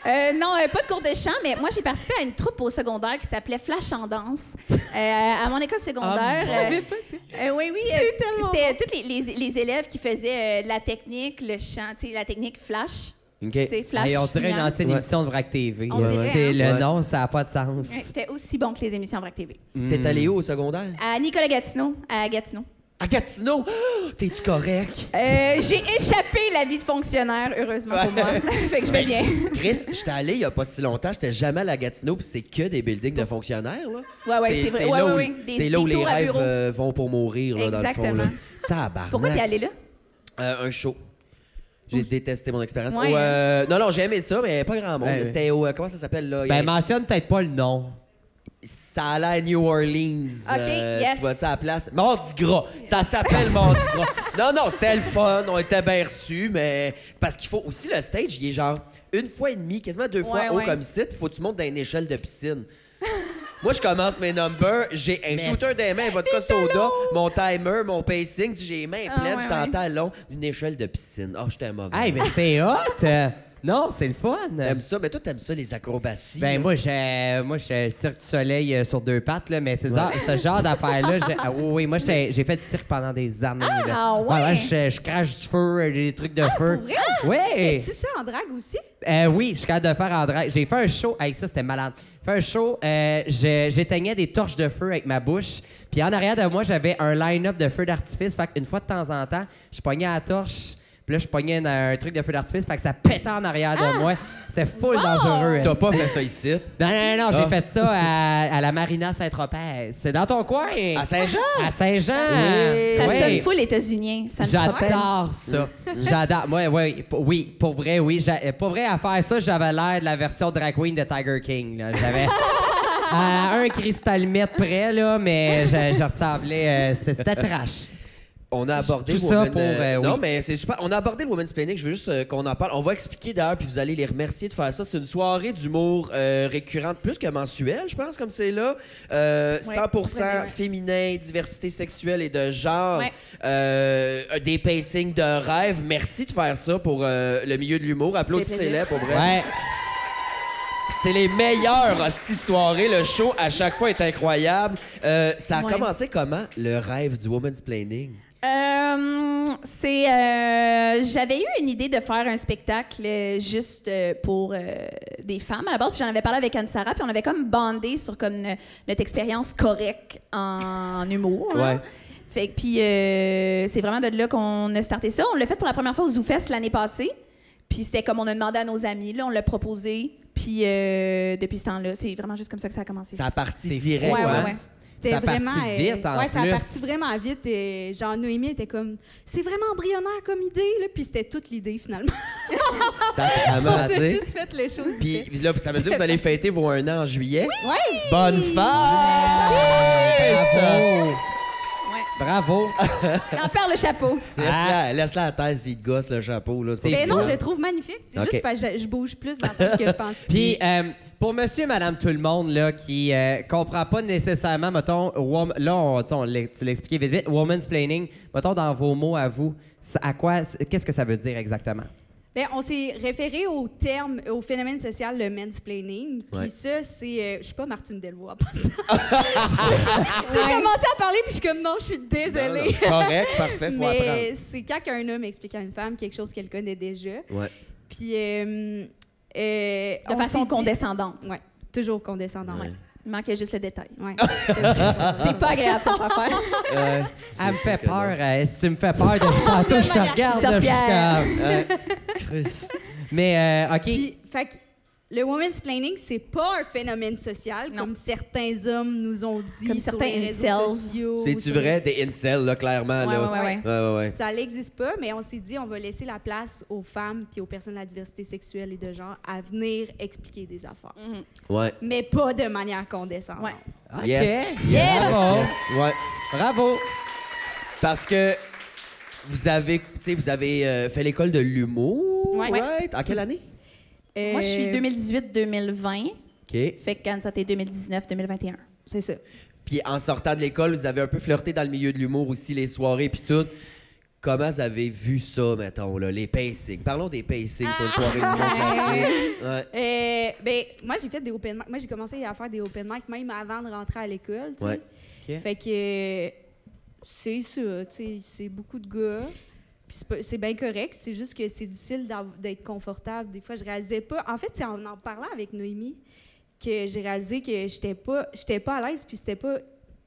S5: Euh, non, euh, pas de cours de chant, mais moi, j'ai participé à une troupe au secondaire qui s'appelait Flash en danse euh, à mon école
S3: Ah,
S5: secondaire.
S3: je
S5: euh,
S4: savais pas ça.
S5: euh, oui, oui.
S4: C'est
S5: euh,
S4: tellement
S5: C'était euh, tous les, les- les élèves qui faisaient euh, la technique, le chant, tu sais, la technique Flash.
S2: OK.
S5: Tu sais, Flash.
S3: Hey, on dirait une
S5: Miam.
S3: ancienne
S2: Ouais.
S3: émission de Vrac TV.
S5: On dirait,
S3: C'est
S5: hein?
S3: le
S2: Ouais.
S3: nom, ça n'a pas de sens.
S5: Ouais, C'était aussi bon que les émissions Vrac TV.
S3: Hmm.
S2: T'es allé où au secondaire?
S5: À Nicolas Gatineau, à Gatineau.
S2: À Gatineau! [GASPS] Ah, T'es-tu correct?
S5: Euh, j'ai échappé la vie de fonctionnaire, heureusement pour moi. [LAUGHS] fait que je vais bien.
S2: Chris, j'étais allé il y a pas si longtemps, j'étais jamais allé à Gatineau, puis c'est que des buildings de fonctionnaires, là.
S5: Ouais, ouais, c'est vrai. Ouais,
S2: là
S5: ouais,
S2: où-
S5: ouais. Des-
S2: c'est là où
S5: des
S2: les
S5: tours à
S2: rêves
S5: bureau.
S2: euh, vont pour mourir, là, dans le fond. là.
S5: Exactement.
S2: Tabarnak.
S5: Pourquoi t'es allé là?
S2: Euh, un show. J'ai détesté mon expérience.
S5: Ouais, hein.
S2: Au, euh, Non, non, j'ai aimé ça, mais pas grand monde.
S3: Ouais, ouais.
S2: C'était au... euh, comment ça s'appelle, là? Il y a-
S3: Ben, mentionne peut-être pas le nom.
S2: Ça allait à New Orleans. euh,
S5: Ok, yes.
S2: Tu vois ça à la place? Mardi Gras. Ça s'appelle Mardi
S5: [LAUGHS]
S2: Gras. Non, non, c'était le fun. On était bien reçus, mais. Parce qu'il faut aussi le stage, il est genre une fois et demie, quasiment deux fois
S5: Ouais,
S2: haut
S5: ouais.
S2: comme site, puis faut que tu montes dans une échelle de piscine. Moi, je commence mes numbers, j'ai un shooter des mains, vodka soda, mon timer, mon pacing, j'ai les mains
S5: Ah,
S2: pleines,
S5: ouais,
S2: je t'entends
S5: ouais.
S2: long, une échelle de piscine. Oh, j'étais mauvais.
S3: Hey, ben c'est hot. Euh, non, c'est le fun.
S2: T'aimes ça, mais toi, t'aimes ça, les acrobaties.
S3: Ben moi, j'ai, moi, j'ai Cirque du Soleil euh, sur deux pattes, là, mais c'est ça- ce genre d'affaires-là, j'ai- ah, oui, oui, moi, j'étais- j'ai fait du cirque pendant des années.
S5: Ah,
S3: là.
S5: ouais? Ah,
S3: je, je crache du feu, euh, des trucs de feu.
S4: Pour vrai?
S3: Ouais.
S4: Fais-tu ça en drague aussi?
S3: Euh, oui, je suis capable de faire en drague. J'ai fait un show avec ça, c'était malade. J'ai fait un show, euh, je- j'éteignais des torches de feu avec ma bouche. Puis en arrière de moi, j'avais un line-up de feux d'artifice. Fait qu'une fois de temps en temps, je pognais la torche. Puis là, je pognais une- un truc de feu d'artifice, fait que ça pétait en arrière de moi. C'était full
S5: Ah! Wow!
S3: dangereux.
S2: T'as
S3: esti.
S2: pas fait ça ici?
S3: Non, non, non, non, j'ai
S2: Ah.
S3: fait ça à, à la Marina Saint-Tropez. C'est dans ton coin.
S2: À Saint-Jean?
S3: À Saint-Jean.
S2: Oui.
S5: Ah, Ça
S3: Oui.
S5: sonne fou, les États-Unis. Ça me rappelle.
S3: J'adore ça. J'adore. Moi, oui, pour- oui, pour vrai, oui. J'a- euh, Pour vrai, à faire ça, j'avais l'air de la version drag queen de Tiger King. là.
S5: [LAUGHS]
S3: J'avais à un cristal mètre près, là, mais je, je ressemblais. euh, c'est- C'était trash.
S2: On a abordé
S3: Tout ça
S2: Woman,
S3: pour, euh,
S2: non,
S3: oui.
S2: mais c'est super. On a abordé le Women's Planning. Je veux juste euh, qu'on en parle. On va expliquer d'ailleurs, puis vous allez les remercier de faire ça. C'est une soirée d'humour euh, récurrente, plus que mensuelle, je pense, comme c'est là. Euh,
S5: Ouais,
S2: 100%
S5: comprenez, ouais.
S2: féminin, diversité sexuelle et de genre.
S5: Ouais.
S2: Euh, des pacings de rêve. Merci de faire ça pour euh, le milieu de l'humour. Applaudissez-les, pour vrai.
S3: Ouais.
S2: C'est les meilleurs hosties de soirée. Le show, à chaque fois, est incroyable. Euh, ça a
S5: Ouais.
S2: commencé comment, le rêve du Women's Planning?
S5: Euh, c'est euh, j'avais eu une idée de faire un spectacle euh, juste euh, pour euh, des femmes à la base puis j'en avais parlé avec Anne Sarah puis on avait comme bandé sur comme ne- notre expérience correcte en, humour là.
S2: Ouais.
S5: fait que puis euh, c'est vraiment de là qu'on a starté ça on l'a fait pour la première fois au ZooFest l'année passée puis c'était comme on a demandé à nos amis là on l'a proposé puis euh, depuis ce temps-là c'est vraiment juste comme ça que ça a commencé
S2: Ça a parti
S3: C'est
S2: direct.
S5: ouais,
S2: hein?
S5: ouais.
S4: C'était
S3: Ça a parti
S4: vraiment. euh,
S3: vite, en
S4: ouais, ça a
S3: plus.
S4: parti vraiment vite. Et genre, Noémie était comme, c'est vraiment embryonnaire comme idée, là. Puis c'était toute l'idée, finalement.
S2: Ça a
S4: [LAUGHS] On
S2: vraiment
S3: [LAUGHS]
S4: a
S2: parti.
S4: juste fait les choses.
S2: Puis puis là, ça veut dire que vous allez fêter vos un an en juillet.
S4: Ouais!
S2: Bonne fête!
S3: Bravo. Bravo.
S5: on perd le chapeau
S3: Ah!
S2: Laisse-la laisse-la à terre s'il te gosse le chapeau. Là, c'est
S4: Mais
S2: pas
S4: Ben non, je
S2: grave.
S4: le trouve magnifique. C'est
S2: Ok.
S4: juste parce que je- je bouge plus dans le temps que je pense.
S3: Puis, euh, pour monsieur et madame tout le monde là, qui euh, comprend pas nécessairement, mettons, wom- là, on, tu sais, on l'a- tu l'as expliqué vite vite, woman's planning, mettons dans vos mots à vous, ça- à quoi, qu'est-ce que ça veut dire exactement?
S4: Ben, on s'est référé au terme, au phénomène social, le mansplaining. Puis
S2: Ouais.
S4: ça, c'est. euh, je suis pas Martine Delvaux en passant. J'ai commencé à parler, puis je suis comme non, je suis
S2: Non, non,
S4: désolée.
S2: c'est Correct, parfait, faut
S4: Mais c'est quand un homme explique à une femme quelque chose qu'elle connaît déjà.
S2: apprendre. Ouais.
S4: Puis. euh, euh,
S5: de
S4: on s'est
S5: façon
S4: dit-
S5: condescendante
S4: Ouais, toujours condescendant.
S2: Ouais.
S4: Ouais.
S5: il manquait juste le détail [LAUGHS]
S4: [LAUGHS] ouais.
S5: C'est pas agréable, cette affaire.
S3: Elle me fait
S2: sûr que non.
S3: peur. euh, si tu me fais peur de [LAUGHS] tantôt, je euh, te regarde de
S5: Sorcière.
S3: Mais, euh, OK.
S4: Puis, fait que le woman's planning, c'est pas un phénomène social
S5: Non.
S4: comme certains hommes nous ont dit
S5: Comme
S4: sur
S5: certains
S4: les réseaux
S5: incels.
S4: sociaux.
S2: C'est-tu
S4: sur-
S2: vrai? T'es incel, là, clairement.
S5: Ouais,
S2: là.
S5: ouais, ouais, ouais.
S2: ouais.
S4: Ça n'existe pas, mais on s'est dit on va laisser la place aux femmes puis aux personnes de la diversité sexuelle et de genre à venir expliquer des affaires,
S2: ouais.
S4: mais pas de manière condescendante.
S5: Mhm. Ouais.
S3: OK.
S2: Yes.
S3: Bravo.
S2: Yes. Ouais.
S3: Bravo.
S2: Parce que vous avez, tu sais, vous avez euh, fait l'école de l'humour,
S5: Ouais.
S2: right? En quelle année?
S4: Euh,
S5: Moi, je suis 2018-2020.
S2: OK.
S5: Fait que quand ça, t'es 2019-2021.
S4: C'est ça.
S2: Puis en sortant de l'école, vous avez un peu flirté dans le milieu de l'humour aussi, les soirées puis tout. Comment vous avez vu ça, mettons, là, les pacings? Parlons des pacings sur une soirée d'humour classique. Ouais.
S4: Euh, ben, moi, j'ai fait des open mic. Moi, j'ai commencé à faire des open mic même avant de rentrer à l'école. tu sais.
S2: Ouais.
S3: Ok.
S4: Fait que euh, c'est ça, tu sais, c'est beaucoup de gars. Puis c'est pas- c'est bien correct, c'est juste que c'est difficile d'av- d'être confortable. Des fois, je réalisais pas. En fait, c'est en en parlant avec Noémie que j'ai réalisé que j'étais pas, j'étais pas à l'aise, puis c'était pas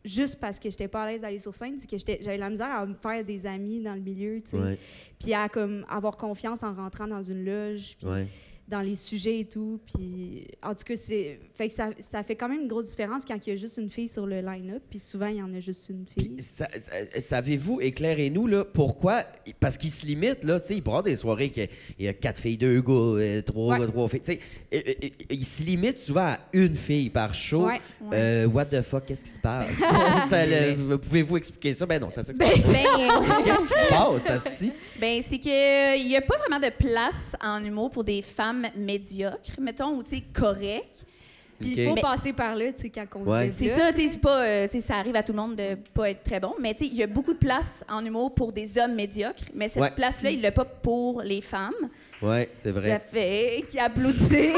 S4: juste parce que j'étais pas à l'aise d'aller sur scène, c'est que j'étais- j'avais la misère à me faire des amis dans le milieu, tu sais.
S2: Ouais.
S4: Puis à comme avoir confiance en rentrant dans une loge. puis
S2: Ouais.
S4: dans les sujets et tout. Puis, en tout cas, c'est, fait que ça, ça fait quand même une grosse différence quand il y a juste une fille sur le line-up. Puis souvent, il y en a juste une fille.
S2: Puis ça- ça- savez-vous, éclairez-nous, là, pourquoi? Parce qu'ils se limitent, là, tu sais, ils prennent des soirées qu'il y a quatre filles, deux gars, euh, trois
S4: Ouais.
S2: gars, trois filles. Tu sais, euh, euh, euh, ils se limitent souvent à une fille par show.
S4: Ouais.
S2: Euh, what the fuck, qu'est-ce qui se passe? Ça, le- Pouvez-vous expliquer ça? Ben non, ça s'explique.
S5: Ben,
S2: Qu'est-ce qui
S5: [LAUGHS]
S2: se passe, ça se dit?
S5: ben, c'est qu'il n'y a pas vraiment de place en humour pour des femmes médiocres, mettons, ou tu sais, correctes.
S4: Puis
S2: Ok.
S4: il faut
S5: Mais-
S4: passer par là, tu sais, quand on
S2: Ouais.
S4: se
S5: C'est
S4: développe.
S5: ça, tu sais, c'est pas, euh, tu sais, ça arrive à tout le monde de pas être très bon, mais tu sais, il y a beaucoup de place en humour pour des hommes médiocres, mais cette
S2: Ouais.
S5: place-là, il l'a pas pour les femmes.
S2: Ouais, c'est vrai.
S5: Ça fait qu'ils applaudissent.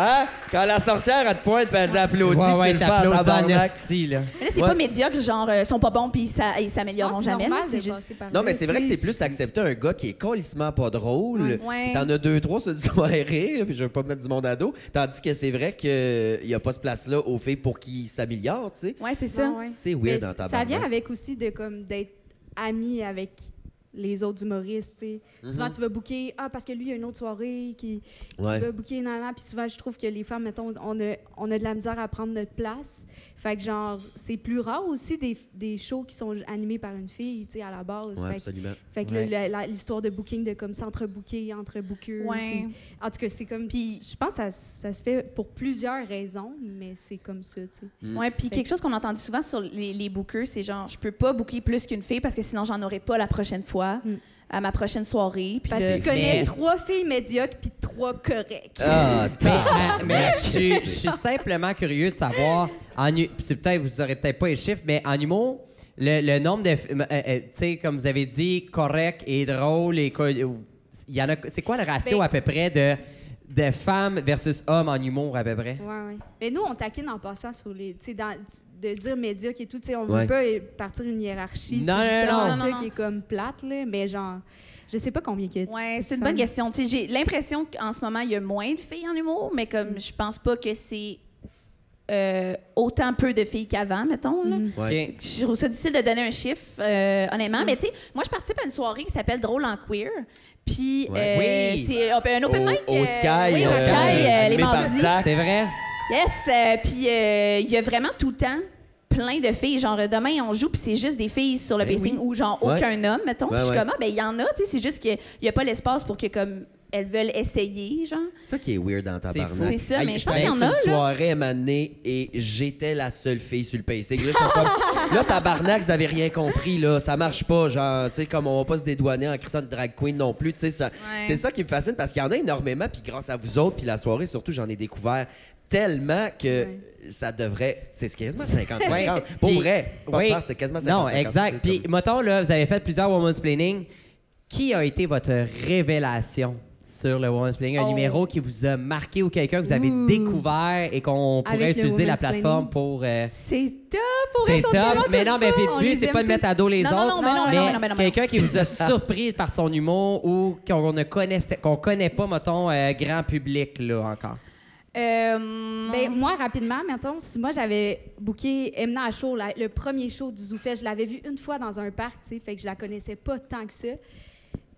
S2: Hein? Quand la sorcière, elle te pointe, puis elle dit applaudis,
S3: Ouais, ouais,
S2: tu le fais en
S3: t'applaudis en
S2: tabarnak.
S3: esti, là.
S5: mais là, c'est
S2: Ouais.
S5: pas médiocre, genre, euh, ils sont pas bons puis ça- ils
S4: Non,
S5: s'amélioreront
S4: c'est
S5: jamais. là,
S4: normal
S5: c'est
S4: de
S5: juste-
S4: passer par
S2: Non,
S4: là,
S2: mais c'est vrai
S4: tu
S2: que
S4: sais.
S2: c'est plus accepter un gars qui est colissement pas drôle.
S5: Ouais.
S2: Puis T'en as deux, trois sur une soirée, là, puis je veux pas mettre du monde à dos. Tandis que c'est vrai qu'il y a pas ce place-là aux filles pour qu'ils s'améliorent, tu sais.
S5: Ouais, c'est ça.
S4: Ouais, ouais.
S2: C'est weird
S4: Mais
S2: en
S4: c- Ça
S2: tabarnak.
S4: vient avec aussi de comme d'être amie avec les autres humoristes. tu sais.
S2: Mm-hmm.
S4: Souvent, tu vas booker, ah, parce que lui, il y a une autre soirée qui, qui
S2: Ouais.
S4: va booker, nan, nan. Puis souvent, je trouve que les femmes, mettons, on a, on a de la misère à prendre notre place. Fait que, genre, c'est plus rare aussi des, des shows qui sont animés par une fille, tu sais, à la base.
S2: Ouais,
S4: Fait que-
S2: absolument.
S4: fait que
S3: Ouais.
S4: là, la- la- l'histoire de booking, de comme s'entrebooker, entre bookers.
S5: Ouais.
S4: c'est- En tout cas, c'est comme. Puis je pense que ça, ça se fait pour plusieurs raisons, mais c'est comme ça, tu sais.
S2: Mm.
S5: Ouais, puis quelque chose qu'on entend souvent sur les, les bookers, c'est genre, je peux pas booker plus qu'une fille parce que sinon j'en aurai pas la prochaine fois,
S4: Mm.
S5: à ma prochaine soirée. Puis
S4: Parce
S5: là-
S4: que je connais
S5: Mais-
S4: trois filles médiocres puis trois correctes.
S2: Ah,
S3: Mais,
S2: [LAUGHS]
S3: [LAUGHS] mais- mais je, suis- je suis simplement curieux de savoir, en, hu- puis c'est peut-être vous aurez peut-être pas les chiffres, mais en humour, le, le nombre de, f- euh, euh, tu sais, comme vous avez dit, correct et drôle et co- ou- il y en a, c'est quoi le ratio
S4: Ben-
S3: à peu près de de femmes versus hommes en humour à peu près?
S4: Ouais, ouais. Mais nous, on taquine en passant sur les. Tu sais, dans- de dire médiocre et tout, tu sais, on
S2: Ouais.
S4: veut pas euh, partir une hiérarchie.
S3: Non,
S4: c'est
S3: non,
S4: justement
S5: non. Non,
S4: ça
S5: non,
S4: qui est comme plate, là. Mais genre, je sais pas combien qu'il y a.
S5: Ouais,
S4: de
S5: c'est une
S4: femmes.
S5: bonne question. Tu sais, j'ai l'impression qu'en ce moment, il y a moins de filles en humour, mais
S4: Mm.
S5: comme je pense pas que c'est euh, autant peu de filles qu'avant, mettons. là.
S4: Mm.
S2: Ouais.
S3: Ok.
S5: Je trouve ça difficile de donner un chiffre, euh, honnêtement. Mais tu sais, moi, je participe à une soirée qui s'appelle Drôle en Queer. Puis,
S3: Ouais.
S5: euh,
S3: Oui.
S5: c'est un open mic.
S2: Au,
S5: euh,
S2: au Sky,
S5: oui, au
S2: euh,
S5: Sky, euh, les
S2: animé par
S5: mardis.
S2: Zach.
S3: C'est vrai?
S5: Yes, euh, puis euh, il y a vraiment tout le temps plein de filles. Genre, euh, demain, on joue, puis c'est juste des filles sur le
S2: Ben
S5: pacing
S2: oui.
S5: ou genre
S2: Ouais.
S5: aucun homme, mettons.
S2: Ouais,
S5: Puis je suis
S2: ouais.
S5: comme, ah, ben il y en a, tu sais, c'est juste qu'il n'y a pas l'espace pour que, comme, elles veulent essayer, genre.
S2: ça qui est weird dans ta
S3: C'est
S2: barbe.
S5: fou. C'est ça, mais je pense qu'il y en a, là.
S2: une soirée à un moment donné et j'étais la seule fille sur le pacing. Là, j'étais comme, là, tabarnak, vous avez rien compris, là. Ça marche pas, genre, tu sais, comme on va pas se dédouaner en crissant de drag queen non plus, tu sais. ça- C'est ça qui me fascine parce qu'il y en a énormément, puis grâce à vous autres, puis la soirée, surtout, j'en ai découvert tellement que
S4: Ouais.
S2: ça devrait. C'est quasiment 50-50. Pour
S3: Puis-
S2: vrai, pas de
S3: oui.
S2: farce, c'est quasiment 50
S3: Non, exact. Puis, mettons, là, vous avez fait plusieurs women's planning. Qui a été votre révélation sur le women's planning? Un
S5: Oh.
S3: numéro qui vous a marqué ou quelqu'un que vous avez
S4: Ouh.
S3: découvert et qu'on pourrait
S4: Avec le
S3: utiliser la
S4: women's planning.
S3: plateforme pour. euh,
S5: C'est tough, pour
S3: c'est ça. Mais non, mais puis le but, c'est pas de mettre à dos les
S5: Non, non,
S3: autres.
S5: non, mais non, mais non, mais non, mais non, mais non.
S3: Quelqu'un qui
S5: [LAUGHS]
S3: vous a surpris par son humour ou qu'on ne connaissait, qu'on connaît pas, mettons, euh, grand public, là, encore.
S5: Euh,
S4: Ben, moi, rapidement, mettons, si moi j'avais booké Emna à show, la- le premier show du Zoufet, je l'avais vu une fois dans un parc, tu sais, fait que je la connaissais pas tant que ça.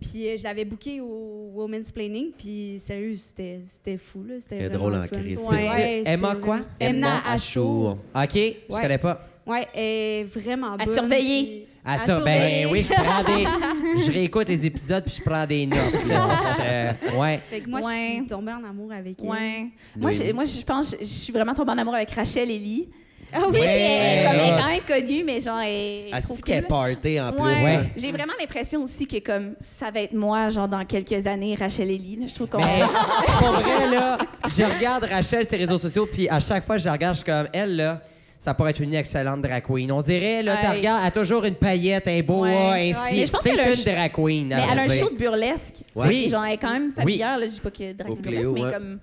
S4: Puis euh, je l'avais booké au Women's Planning, puis sérieux, c'était c'était fou, là. C'était
S2: C'était
S4: vraiment
S2: drôle
S4: le
S2: en
S4: fun.
S2: crise.
S5: Ouais.
S4: c'était
S3: Emma
S4: vraiment-
S3: quoi?
S4: Emna Achour.
S3: OK? Je
S4: Ouais.
S3: connais pas.
S4: Ouais, elle est vraiment bonne.
S5: surveiller.
S4: puis-
S3: À ça, ben
S4: surveiller.
S3: oui, je prends des.
S5: [LAUGHS]
S3: Je réécoute les épisodes puis je prends des notes. Là. Je- ouais.
S4: Fait que moi, je
S5: Ouais.
S4: suis tombée en amour avec elle.
S5: Ouais. Moi,
S2: Oui.
S5: je, moi, je pense, je suis vraiment tombée en amour avec Rachel Ellie.
S4: Ah
S5: Oui,
S4: oui!
S5: elle, comme, elle est
S3: ouais.
S5: quand même connue, mais genre, elle est trop
S2: Asti
S5: cool.
S2: qu'elle est party en plus.
S5: Ouais.
S3: Ouais.
S2: hein.
S5: J'ai vraiment l'impression aussi que comme ça va être moi genre dans quelques années Rachel Ellie, là, je trouve
S2: Ben,
S5: qu'on
S3: Mais pour vrai, là, je regarde Rachel, ses réseaux sociaux, puis à chaque fois, je la regarde, je suis comme, elle, là, ça pourrait être une excellente drag queen. On dirait, là, tu
S5: Ouais.
S3: regardes, elle a toujours une paillette, un boa,
S5: Ouais.
S3: ainsi.
S5: Mais je pense
S3: C'est
S5: qu'elle a un
S3: une
S5: ch-
S3: drag queen. à
S5: Mais elle a un
S3: vrai
S5: show
S3: dire.
S5: de burlesque.
S2: Ouais.
S5: Oui. Genre elle est quand même familière là, je dis pas que
S2: Au
S5: Drag burlesque
S2: Cléo,
S5: mais
S2: ouais.
S5: comme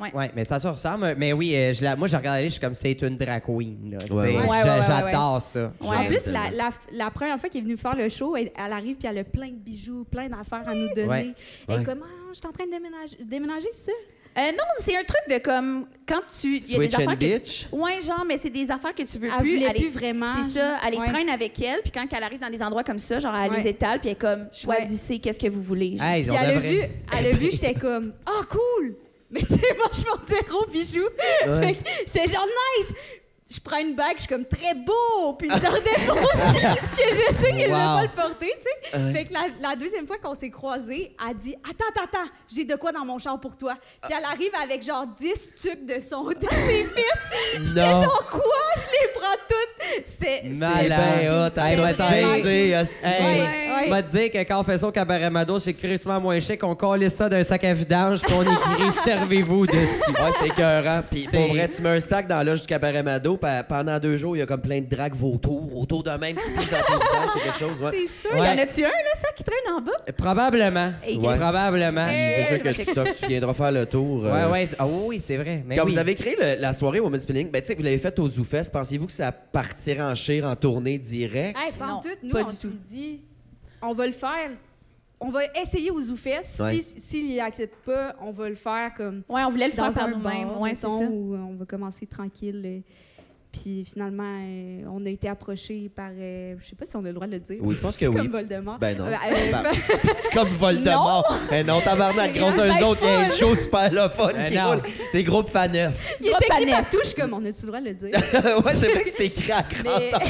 S5: ouais.
S3: Ouais, mais ça se ressemble. Mais oui, euh, je la- moi, je regarde aller, je suis comme, c'est une drag queen. Là. C'est-
S2: ouais.
S3: je-
S5: Ouais, ouais, ouais,
S3: J'adore ça.
S5: Ouais.
S4: En plus, la,
S2: Tellement.
S4: la, la première fois qu'elle est venue faire le show, elle, elle arrive puis elle a plein de bijoux, plein d'affaires à nous donner.
S3: Ouais.
S4: Elle
S2: Ouais.
S4: est comme, Ah, je suis en train de déménager, déménager c'est ça?
S5: Euh, non, c'est un truc de comme quand tu il y a des
S2: Switch and
S5: affaires que
S2: bitch.
S5: Ouais, genre mais c'est des affaires que tu veux
S4: Elle
S5: plus,
S4: voulait
S5: les-
S4: plus vraiment.
S5: C'est ça, elle les
S4: Ouais.
S5: traîne avec elle puis quand elle arrive dans des endroits comme ça, genre elle les
S4: Ouais.
S5: étale puis elle est comme choisissez qu'est-ce que vous voulez. genre.
S3: Hey,
S4: Puis
S3: on
S4: elle a
S3: devrait-
S4: vu, elle a vu,
S2: [LAUGHS]
S4: j'étais comme, ah cool! Mais tu sais, moi, je porte zéro bijoux. Fait que J'étais genre, nice! Je prends une bague, je suis comme très beau, puis je leur
S5: [LAUGHS]
S4: dépose parce que je sais que je vais
S3: Wow.
S4: pas le porter, tu sais. Fait que la, la deuxième fois qu'on s'est croisés, elle dit Attends, attends, attends, j'ai de quoi dans mon char pour toi. Puis elle arrive avec genre 10 tucs de son [LAUGHS] de ses fils. J'étais
S3: Non.
S4: genre quoi Je les prends toutes. C'est. c'est-
S3: Malade.
S2: Ben, hot, hey,
S4: C'est
S2: va
S4: vraiment-
S2: te baiser, hostie.
S3: Hey,
S4: Ouais,
S3: je
S4: ouais.
S3: vais te dire que quand on fait ça au cabaret Mado, c'est crissement moins chic. On colle ça d'un sac à vidange puis on écrit « Servez-vous dessus
S2: Ouais, c'était écœurant. Puis
S3: C'est-
S2: pour vrai, tu mets un sac dans l'âge du cabaret Mado, pa- pendant deux jours, il y a comme plein de dragues vautours autour d'un même qui poussent dans ton visage, c'est quelque chose. Ouais.
S5: Il y
S3: Ouais.
S5: en a-tu un là ça qui traîne en bas
S3: Probablement.
S5: Et
S3: Ouais.
S5: Chris.
S3: Probablement.
S5: Hey.
S2: Ah, C'est sûr que tu, t'offres, tu viendras faire le tour. euh,
S3: Ouais, ouais. c'est- Ah oui, c'est vrai. Mais
S2: Quand
S3: oui.
S2: vous avez créé le- la soirée Women's Spinning, ben, tu sais, vous l'avez faite au ZooFest. Pensez-vous que ça partira en chire, en tournée direct?
S4: Hey, pas en
S5: Non,
S4: tout, nous,
S5: pas
S4: on
S5: du
S4: s'est
S5: tout.
S4: dit, on va le faire. On va essayer aux Zoufest.
S2: Ouais.
S4: Si S'il accepte pas, on va le faire comme
S5: Ouais, on voulait le faire
S4: dans
S5: par
S4: un bar,
S5: nous-mêmes. Ouais, c'est
S4: mettons,
S5: ça.
S4: où on va commencer tranquille. euh, Puis finalement, euh, on a été approché par. euh, je sais pas si on a le droit de le dire.
S6: Oui, je pense que
S4: [LAUGHS] C'est
S6: oui.
S4: Comme Voldemort.
S6: Ben non.
S4: Euh, euh,
S6: Ben, c'est
S2: [LAUGHS]
S6: comme Voldemort. Eh non, tabarnak, grosse un autre, il y a une show super le fun
S2: Ben
S6: qui
S2: non.
S6: roule. C'est groupe
S2: [LAUGHS]
S6: Faneuf.
S4: il était écrit partout. Je suis comme, on a-tu le droit de le dire?
S6: ouais, c'est vrai que c'est écrit à grandeur.
S4: Mais... [LAUGHS]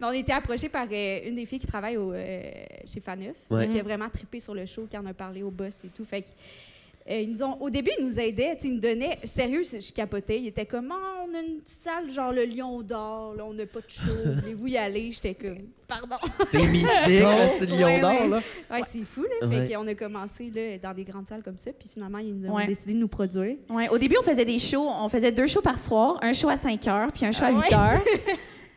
S4: Mais on était approchés par euh, une des filles qui travaille au, euh, chez Faneuf,
S6: Ouais.
S4: qui a vraiment trippé sur le show, qui en a parlé au boss et tout. Fait que, euh, ils nous ont, au début, ils nous aidaient, tu sais, ils nous donnaient. Sérieux, je capotais. Ils étaient comme, Ah, on a une salle genre le Lion d'Or, là, on n'a pas de show, voulez-vous y aller? J'étais comme, pardon.
S6: C'est mythique, c'est le lion
S4: Ouais,
S6: d'or,
S4: ouais.
S6: là.
S4: Ouais, c'est fou, là. Fait
S6: Ouais.
S4: qu'on a commencé là, dans des grandes salles comme ça, puis finalement, ils nous ont
S5: Ouais.
S4: décidé de nous produire.
S5: Ouais, au début, on faisait des shows. On faisait deux shows par soir, un show à 5 heures, puis un
S4: Ah
S5: show à 8 heures.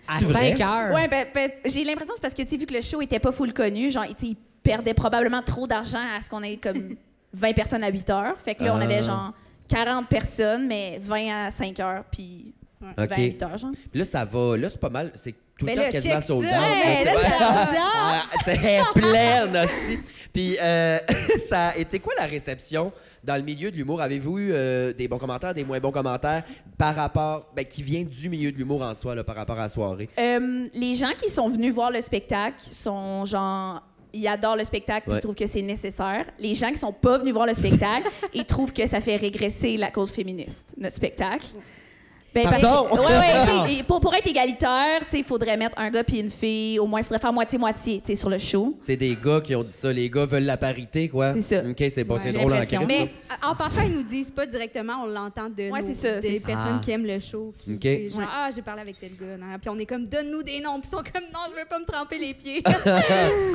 S3: À
S6: C'est vrai?
S3: 5 heures.
S5: Ouais, ben, ben, j'ai l'impression que c'est parce que, tu sais, vu que le show était pas full connu, genre, tu sais, ils perdaient probablement trop d'argent à ce qu'on ait comme 20 personnes à 8 heures. Fait que là, on
S6: Ah.
S5: avait genre 40 personnes, mais 20 à 5 heures, puis 20
S2: OK.
S5: à 8 heures, genre.
S2: Puis là, ça va. Là, c'est pas mal. C'est tout
S4: Mais
S5: Ben
S2: le temps
S4: là,
S2: quasiment
S4: check
S2: sold out.
S4: ça.
S5: Hey, là,
S2: Ouais.
S5: ça va.
S2: [LAUGHS] Ah, C'est plein, hostie. Puis, euh, [LAUGHS] ça a été quoi la réception dans le milieu de l'humour? Avez-vous eu euh, des bons commentaires, des moins bons commentaires par rapport. Ben, qui vient du milieu de l'humour en soi, là, par rapport à la soirée?
S5: Euh, les gens qui sont venus voir le spectacle sont genre ils adorent le spectacle, puis
S2: Ouais.
S5: ils trouvent que c'est nécessaire. Les gens qui sont pas venus voir le spectacle, ils trouvent que ça fait régresser la cause féministe, notre spectacle. Ben, parce-
S6: Pardon?
S5: Ouais, ouais, tu sais, et pour, pour être égalitaire, tu sais, il faudrait mettre un gars puis une fille. Au moins, il faudrait faire moitié-moitié tu sais, sur le show.
S2: C'est des gars qui ont dit ça. Les gars veulent la parité, quoi.
S5: C'est ça.
S2: OK, c'est bon,
S4: Ouais.
S2: c'est
S5: J'ai
S2: drôle en
S5: l'impression.
S2: crise.
S4: Mais en passant, ils nous disent pas directement, on l'entend de
S5: Ouais,
S4: nos-
S5: c'est ça,
S4: des
S5: c'est ça.
S4: personnes
S3: Ah.
S4: qui aiment le show. Qui,
S2: OK.
S4: qui- genre,
S5: Ouais.
S4: ah, j'ai parlé avec tel gars. non. Puis on est comme, donne-nous des noms. Puis ils sont comme, non, je veux pas me tremper
S3: [LAUGHS]
S4: les pieds.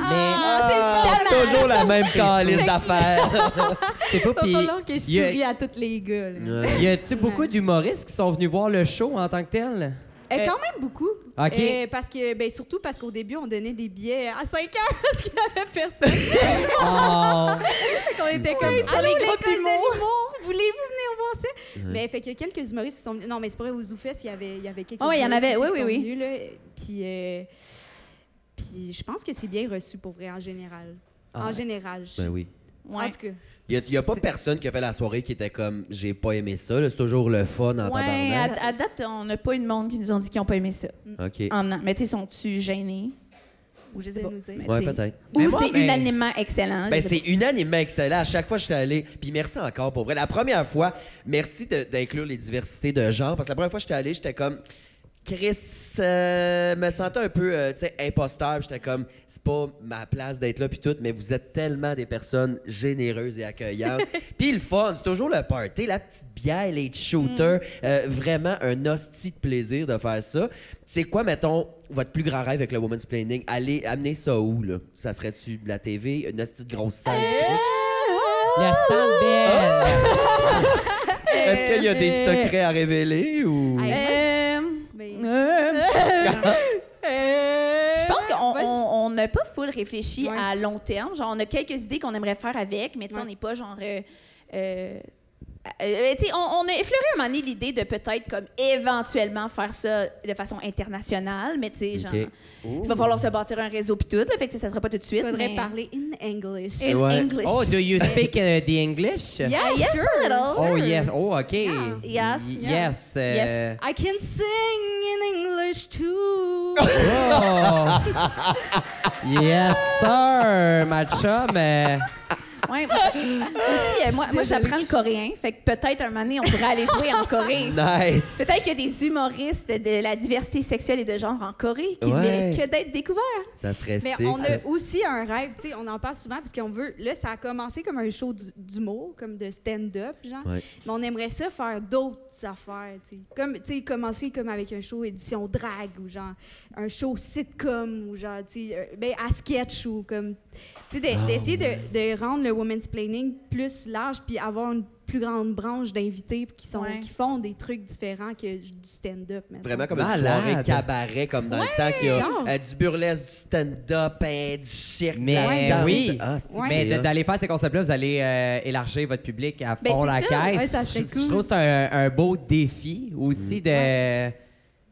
S6: Ah, c'est toujours la même calice
S5: [LAUGHS]
S6: d'affaires.
S3: C'est pas
S4: pas
S3: puis
S4: long que je
S3: y a-
S4: souris à tous les gars. là.
S5: Euh,
S3: Y a-tu beaucoup d'humoristes qui sont venus voir le show en tant que tel?
S4: Euh, quand même beaucoup.
S3: OK.
S4: Euh, parce que, ben, surtout parce qu'au début, on donnait des billets à 5 heures [LAUGHS] parce qu'il n'y avait personne.
S3: Oh.
S4: Fait qu'on était comme, allô, l'école de l'humour, voulez-vous venir voir ça? Mais fait qu'il y a quelques humoristes qui sont venus. Non, mais c'est pas vrai, aux Zoufès, il y avait, il y avait quelques
S5: Ah ouais, il y en
S4: humoristes
S5: avait,
S4: aussi qui
S5: oui, oui,
S4: sont
S5: oui.
S4: venus, là. Puis, euh, puis je pense que c'est bien reçu pour vrai, en général. en général. je-
S2: Ben oui.
S5: Ouais.
S4: En tout cas.
S2: Il n'y a, pas personne qui a fait la soirée qui était comme j'ai pas aimé ça. là, C'est toujours le fun en
S5: Ouais,
S2: tabarnak.
S5: à, à date, on n'a pas eu de monde qui nous ont dit qu'ils n'ont pas aimé ça.
S2: OK.
S5: En an. Mais tu sais, sont-tu gênés? Ou je sais
S4: De
S5: pas.
S4: nous dire.
S5: Mais
S2: Ouais,
S5: Ben, tu sais.
S2: peut-être.
S5: Ou
S3: Mais
S5: c'est
S3: moi, mais-
S5: unanimement excellent.
S2: Ben,
S5: je sais
S2: c'est unanimement excellent. À chaque fois que je suis allé, puis merci encore pour vrai. La première fois, merci de- d'inclure les diversités de genre parce que la première fois que j'étais allé, j'étais comme Chris euh, me sentais un peu euh, tu sais imposteur, puis j'étais comme c'est pas ma place d'être là puis tout, mais vous êtes tellement des personnes généreuses et
S4: [LAUGHS]
S2: accueillantes. puis le fun, c'est toujours le party, la petite bière, les shooters,
S4: Mm.
S2: Euh, vraiment un hostie de plaisir de faire ça. C'est quoi mettons votre plus grand rêve avec le woman's planning Allez amener ça où là Ça serait-tu de la TV, une hostie de grosse salle du Christ?
S3: Le Centre Bell.
S2: Est-ce qu'il y a des secrets à révéler ou
S4: Euh. Hey, moi,
S5: pas. Euh,
S4: ben,
S5: Je pense qu'on
S4: Ouais.
S5: on- on n'a pas full réfléchi
S4: Ouais.
S5: à long terme. Genre, on a quelques idées qu'on aimerait faire avec, mais tu sais,
S4: Ouais.
S5: on n'est pas genre. euh, euh, euh, tu sais, on, on a effleuré à un moment donné l'idée de peut-être comme éventuellement faire ça de façon internationale, mais tu sais, genre,
S2: Ok.
S5: il va falloir se bâtir un réseau puis tout. Là, fait que tu sais, ça sera pas tout de
S4: il
S5: suite.
S4: faudrait
S5: mais-
S4: parler in English.
S5: In
S2: Ouais.
S5: English.
S3: Oh, do you speak uh, the English?
S4: Yeah,
S5: yes,
S4: sure.
S5: a little.
S3: Oh,
S4: sure.
S3: yes. Oh, OK.
S5: Yeah. Yes.
S3: Y-
S4: Yeah.
S3: Yes. euh,
S4: I can sing in English too.
S3: Oh. [LAUGHS] yes, sir, ma chum. euh,
S5: Ouais, moi aussi, euh, moi, moi j'apprends le coréen. Fait que peut-être un moment donné, on pourrait aller jouer en Corée.
S2: Nice.
S5: Peut-être qu'il y a des humoristes de la diversité sexuelle et de genre en Corée qui
S2: Ouais.
S5: méritent que d'être découverts.
S2: Ça serait
S4: Mais
S2: sick,
S4: on
S2: ça.
S4: a aussi un rêve, tu sais, on en parle souvent parce qu'on veut. Là, ça a commencé comme un show du- d'humour, comme de stand-up, genre.
S2: Ouais.
S4: Mais on aimerait ça faire d'autres affaires, tu sais. Comme, tu sais, commencer comme avec un show édition drag ou genre un show sitcom ou genre, tu sais, euh, ben, à sketch ou comme. Tu sais,
S2: Ah,
S4: de- d'essayer de, de rendre le women's planning plus large puis avoir une plus grande branche d'invités qui sont
S5: Ouais.
S4: qui font des trucs différents que du stand-up. mettons.
S2: Vraiment comme
S3: Malade.
S2: une soirée cabaret, comme dans le temps qu'il y a
S4: Genre.
S2: euh, du burlesque, du stand-up, hein, du cirque.
S3: Mais
S2: de la danse.
S3: oui.
S2: Ah, c'est-tu
S4: Ouais.
S2: que
S3: Mais
S2: c'est
S3: de-
S2: hot.
S3: d'aller faire ces concepts-là, vous allez euh, élargir votre public à
S5: Ben,
S3: fond
S5: c'est
S3: la
S5: ça.
S3: caisse.
S4: Ouais, ça serait
S3: Je- Je
S4: cool.
S3: trouve que c'est un, un beau défi aussi de...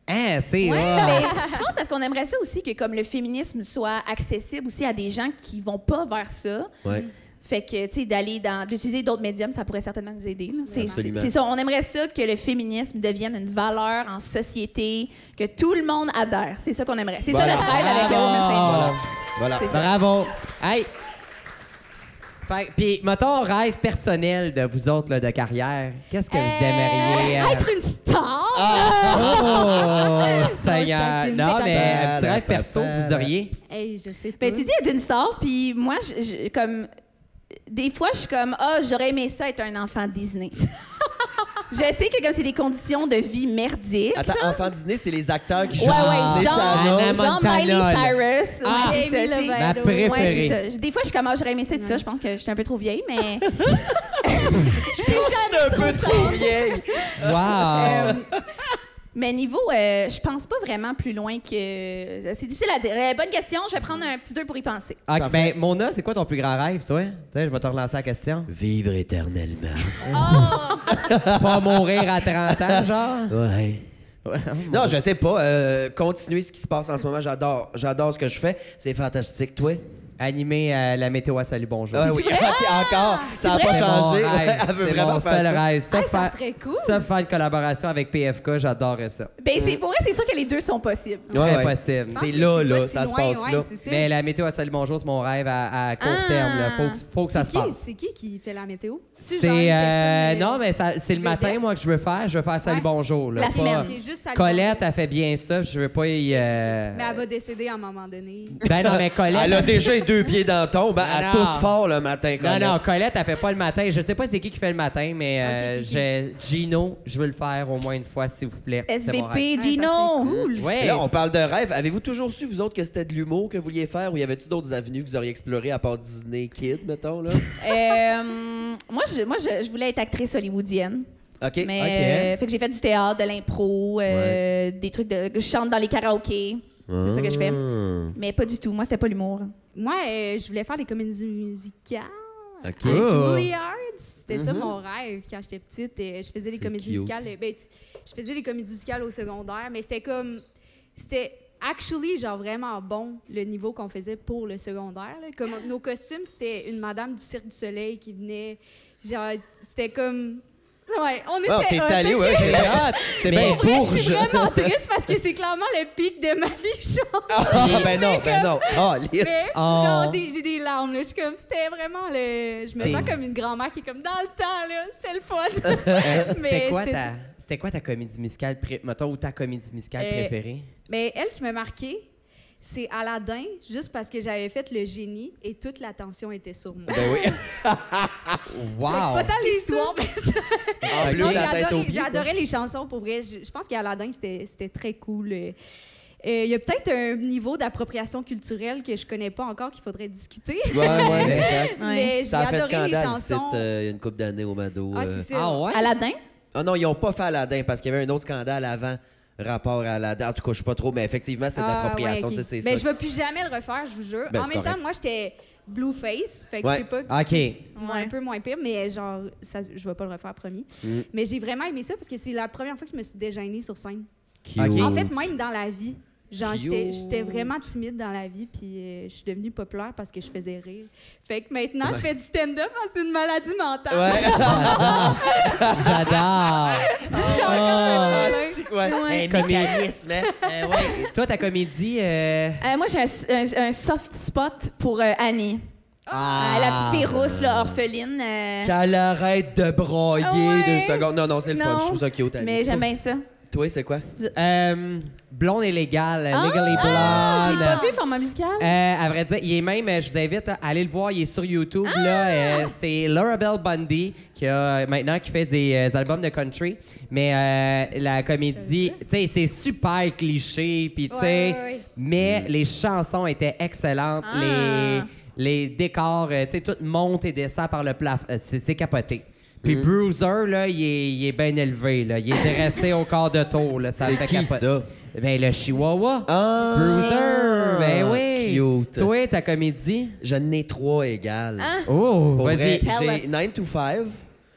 S3: Hein, c'est...
S5: Ouais, ben,
S3: oh.
S5: mais je pense parce qu'on aimerait ça aussi que comme le féminisme soit accessible aussi à des gens qui vont pas vers ça.
S2: Ouais.
S5: Fait que, tu sais, d'aller dans, d'utiliser d'autres médiums, ça pourrait certainement nous aider. là. C'est, c'est,
S2: Absolument.
S5: c'est ça. On aimerait ça que le féminisme devienne une valeur en société, que tout le monde adhère. C'est ça qu'on aimerait. C'est
S6: Voilà.
S5: ça notre rêve avec la
S3: Bravo.
S5: Women's Day.
S6: Voilà. Voilà.
S5: C'est ça.
S3: Bravo. Hey. Fait, puis, mettons, rêve personnel de vous autres, là, de carrière. Qu'est-ce que vous aimeriez?
S5: Euh,
S3: euh, Ah!
S5: Être une star!
S3: [LAUGHS] Oh, Seigneur.
S4: taquine.
S3: Non, mais un petit
S6: Papa,
S3: rêve perso que vous
S6: papa.
S3: auriez.
S4: Hey, je sais pas.
S5: Ben, tu dis être une star, puis moi, je, je- comme. Des fois, je suis comme, ah, j'aurais aimé ça être un enfant Disney. je sais que comme c'est des conditions de vie merdiques.
S6: Attends, enfant Disney, c'est les acteurs qui
S5: Ouais,
S6: jouent
S5: ouais,
S6: Disney
S5: genre,
S6: Channel.
S5: genre
S3: Montana,
S5: Miley
S3: là.
S5: Cyrus.
S3: Ah,
S5: ouais, c'est ça, tu sais.
S4: Demi
S3: Ma
S4: Lovato.
S3: préférée.
S5: Ouais, c'est ça. Des fois, je suis comme, ah, j'aurais aimé ça être ça. Je pense que je suis un peu trop vieille, mais. euh,
S2: un peu trop vieille.
S3: Wow. Ah.
S5: Euh, mais niveau, euh, je pense pas vraiment plus loin que. C'est difficile à dire. Euh, bonne question, je vais prendre un petit deux pour y penser.
S3: Ah,
S6: parfait.
S3: ben, Mona, c'est quoi ton plus grand rêve, toi? Tu sais, je vais te relancer la question.
S2: Vivre éternellement.
S3: Pas mourir à 30 [LAUGHS] ans, genre?
S2: [LAUGHS] Ouais. Non, je sais pas. euh, continuer ce qui se passe en ce moment. J'adore, j'adore ce que je fais. C'est fantastique, toi.
S3: Animer euh, la météo à Salut Bonjour.
S6: Ah oui, encore,
S2: Ah,
S6: ça n'a pas
S3: C'est mon
S6: changé.
S3: rêve,
S6: Elle veut
S3: c'est
S6: vraiment
S3: mon
S6: faire
S3: seul
S6: ça.
S3: rêve. Ça,
S4: Ah, ça
S3: faire-
S4: serait cool.
S3: ça, faire une collaboration avec PFK, j'adorerais ça.
S5: Ben, c'est, pour vrai, c'est sûr que les deux sont possibles.
S3: Très
S6: ouais.
S3: possible.
S4: pense
S6: C'est
S4: que
S6: là,
S4: c'est pas
S6: là,
S4: si
S6: ça se
S4: loin,
S6: passe
S4: ouais,
S6: là.
S4: c'est ça.
S3: Mais la météo à Salut Bonjour, c'est mon rêve à, à court
S5: Ah.
S3: terme. là. Faut, que- faut que ça
S4: C'est
S3: se
S4: qui-
S3: passe.
S4: C'est qui qui fait la météo?
S3: C'est euh, non mais ça- c'est le matin moi que je veux faire, je veux faire salut
S4: Ouais.
S3: bonjour là.
S5: La
S3: Pas-
S5: semaine.
S4: Ok, juste Salut
S3: Colette
S4: Bonjour.
S3: a fait bien ça, je veux pas y euh,
S4: Mais elle va décéder à un moment donné.
S3: Ben non mais Colette
S2: Elle a déjà les deux pieds dans le tombe. hein. Elle
S3: Non, non.
S2: tousse fort le matin.
S3: Non
S2: Colette.
S3: non, Colette elle fait pas le matin, je sais pas c'est qui qui fait le matin mais euh,
S4: Ok, ok, ok.
S3: j'ai- Gino, je veux le faire au moins une fois s'il vous plaît. C'est mon rêve.
S5: SVP,
S4: ça
S5: Gino!
S4: serait
S3: Ouais.
S2: Mais Là, on parle de rêve. Avez-vous toujours su, vous autres, que c'était de l'humour que vous vouliez faire ou y avait-tu d'autres avenues que vous auriez explorées à part Disney Kid, mettons, là?
S5: Euh, moi, je, moi je, je voulais être actrice hollywoodienne.
S2: OK.
S5: Mais,
S3: ok.
S5: euh, fait que j'ai fait du théâtre, de l'impro, euh, des trucs de. Je chante dans les karaokés.
S2: euh,
S5: C'est ça que je fais.
S2: Ah.
S5: Mais pas du tout. Moi, c'était pas l'humour.
S4: Moi, euh, je voulais faire des comédies musicales.
S2: Ah, OK.
S4: Avec
S3: Oh.
S4: Juilliard, c'était
S3: Mm-hmm.
S4: ça mon rêve quand j'étais petite. et je faisais des comédies
S2: cute.
S4: musicales. euh, ben, tu- je faisais des comédies musicales au secondaire, mais c'était comme, c'était actually genre vraiment bon le niveau qu'on faisait pour le secondaire. là. Comme nos costumes, c'était une madame du Cirque du Soleil qui venait. Genre, c'était comme, ouais, on
S2: Ah,
S3: Ah,
S4: était.
S6: Ouais,
S4: [LAUGHS]
S6: t'es
S4: hot.
S6: allé, ouais, c'est hot. C'est
S3: Mais-
S6: bien
S4: Pour vrai,
S6: bourge.
S4: je suis vraiment triste parce que c'est clairement le pic de ma vie, [LAUGHS] je pense.
S6: Ah, ben non, ben non. Ah, lisse.
S4: Mais [LAUGHS]
S3: Oh.
S4: genre, des- j'ai des larmes. là. Je suis comme, c'était vraiment le. Je me
S3: C'est-
S4: sens comme une grand-mère qui est comme dans le temps, là. C'était le fun.
S3: C'était
S4: mais
S3: quoi
S4: c'était
S3: ta
S4: ça.
S3: c'était quoi ta comédie musicale pré- mettons ou ta comédie musicale
S4: Euh,
S3: préférée
S4: Mais elle qui m'a marquée, c'est Aladdin, juste parce que j'avais fait le génie et toute l'attention était sur moi.
S6: Ben oui.
S3: Wow.
S4: C'est pas tant l'histoire, mais ça.
S2: En bleu, de
S4: Non,
S2: Ah, la
S4: j'ai
S2: tête
S4: adoré-
S2: aux pieds.
S4: j'ai adoré les chansons pour vrai. Je, je pense qu'Aladin, c'était c'était très cool. Euh, euh, Il y a peut-être un niveau d'appropriation culturelle que je connais pas encore qu'il faudrait discuter.
S2: Ouais, ouais, exact.
S4: Mais j'ai
S2: Ça a fait
S4: adoré les
S2: scandale ici,
S4: chansons.
S2: euh, il y a une couple d'années au Mado.
S4: ah,
S2: euh.
S4: c'est sûr.
S3: Ah ouais.
S5: Aladdin?
S2: Ah non, ils ont pas fait Aladdin parce qu'il y avait un autre scandale avant rapport à Aladdin. En tout cas, je sais pas trop, mais effectivement, c'est de
S4: Ah,
S2: l'appropriation.
S4: ouais,
S2: tu
S4: ok.
S2: sais, C'est
S4: Ben,
S2: ça.
S4: je vais plus jamais le refaire, je vous jure.
S2: Ben,
S4: en
S2: c'est
S4: même
S2: correct.
S4: temps, moi, j'étais blueface, fait que
S2: Ouais.
S4: je sais pas.
S3: OK.
S4: c'est
S5: Ouais.
S4: Un peu moins pire, mais genre, ça, je vais pas le refaire, promis.
S2: Mm.
S4: Mais j'ai vraiment aimé ça parce que c'est la première fois que je me suis déjeunée sur scène.
S2: Cute.
S4: En fait, même dans la vie. Genre, j'étais
S2: Cute.
S4: j'étais vraiment timide dans la vie, puis euh, je suis devenue populaire parce que je faisais rire. Fait que maintenant, je fais du stand-up parce que c'est une maladie
S2: [LAUGHS]
S4: mentale.
S3: J'adore.
S4: C'est encore
S2: Ah,
S4: un problème.
S2: c'est quoi?
S5: Ouais.
S2: Un mécanisme, hein?
S3: Euh, ouais. [LAUGHS] Toi ta comédie euh,
S5: Euh, moi, j'ai un, un- un soft spot pour euh, Annie. Euh, la petite fille rousse, là, orpheline. euh,
S2: Qu'elle arrête de broyer
S5: Ah ouais.
S2: deux secondes. Non, non, c'est le fun.
S5: Non.
S2: Je trouve ça cute. Annie.
S5: mais j'aime bien ça.
S2: Toi, c'est quoi?
S3: Euh, blonde et légale,
S5: Ah!
S3: Legally
S5: Ah, je l'ai
S3: Blonde.
S5: pas vu, format musical.
S3: Euh, à vrai dire, il est même, euh, je vous invite à aller le voir, il est sur YouTube.
S4: Ah!
S3: là. euh, c'est Laurabelle Bundy qui a maintenant qui fait des euh, albums de country. Mais euh, la comédie, tu sais, c'est super cliché, puis tu sais,
S4: Ouais, ouais, ouais.
S3: mais les chansons étaient excellentes,
S5: Ah.
S3: les, les décors, euh, tu sais, tout monte et descend par le plafond, Euh, c'est c'est capoté. Puis
S2: Mm.
S3: Bruiser, là, il est, il est bien élevé, là. Il est dressé au corps de tour, là. Ça
S2: C'est
S3: fait
S2: qui,
S3: capoter.
S2: ça?
S3: Ben, le Chihuahua.
S2: Ah!
S3: Bruiser, ben oui.
S2: Cute.
S3: Toi, ta comédie.
S2: Je n'ai trois égales.
S3: Oh,
S2: Pour vrai,
S3: vas-y.
S2: j'ai
S5: us.
S2: 9 to 5.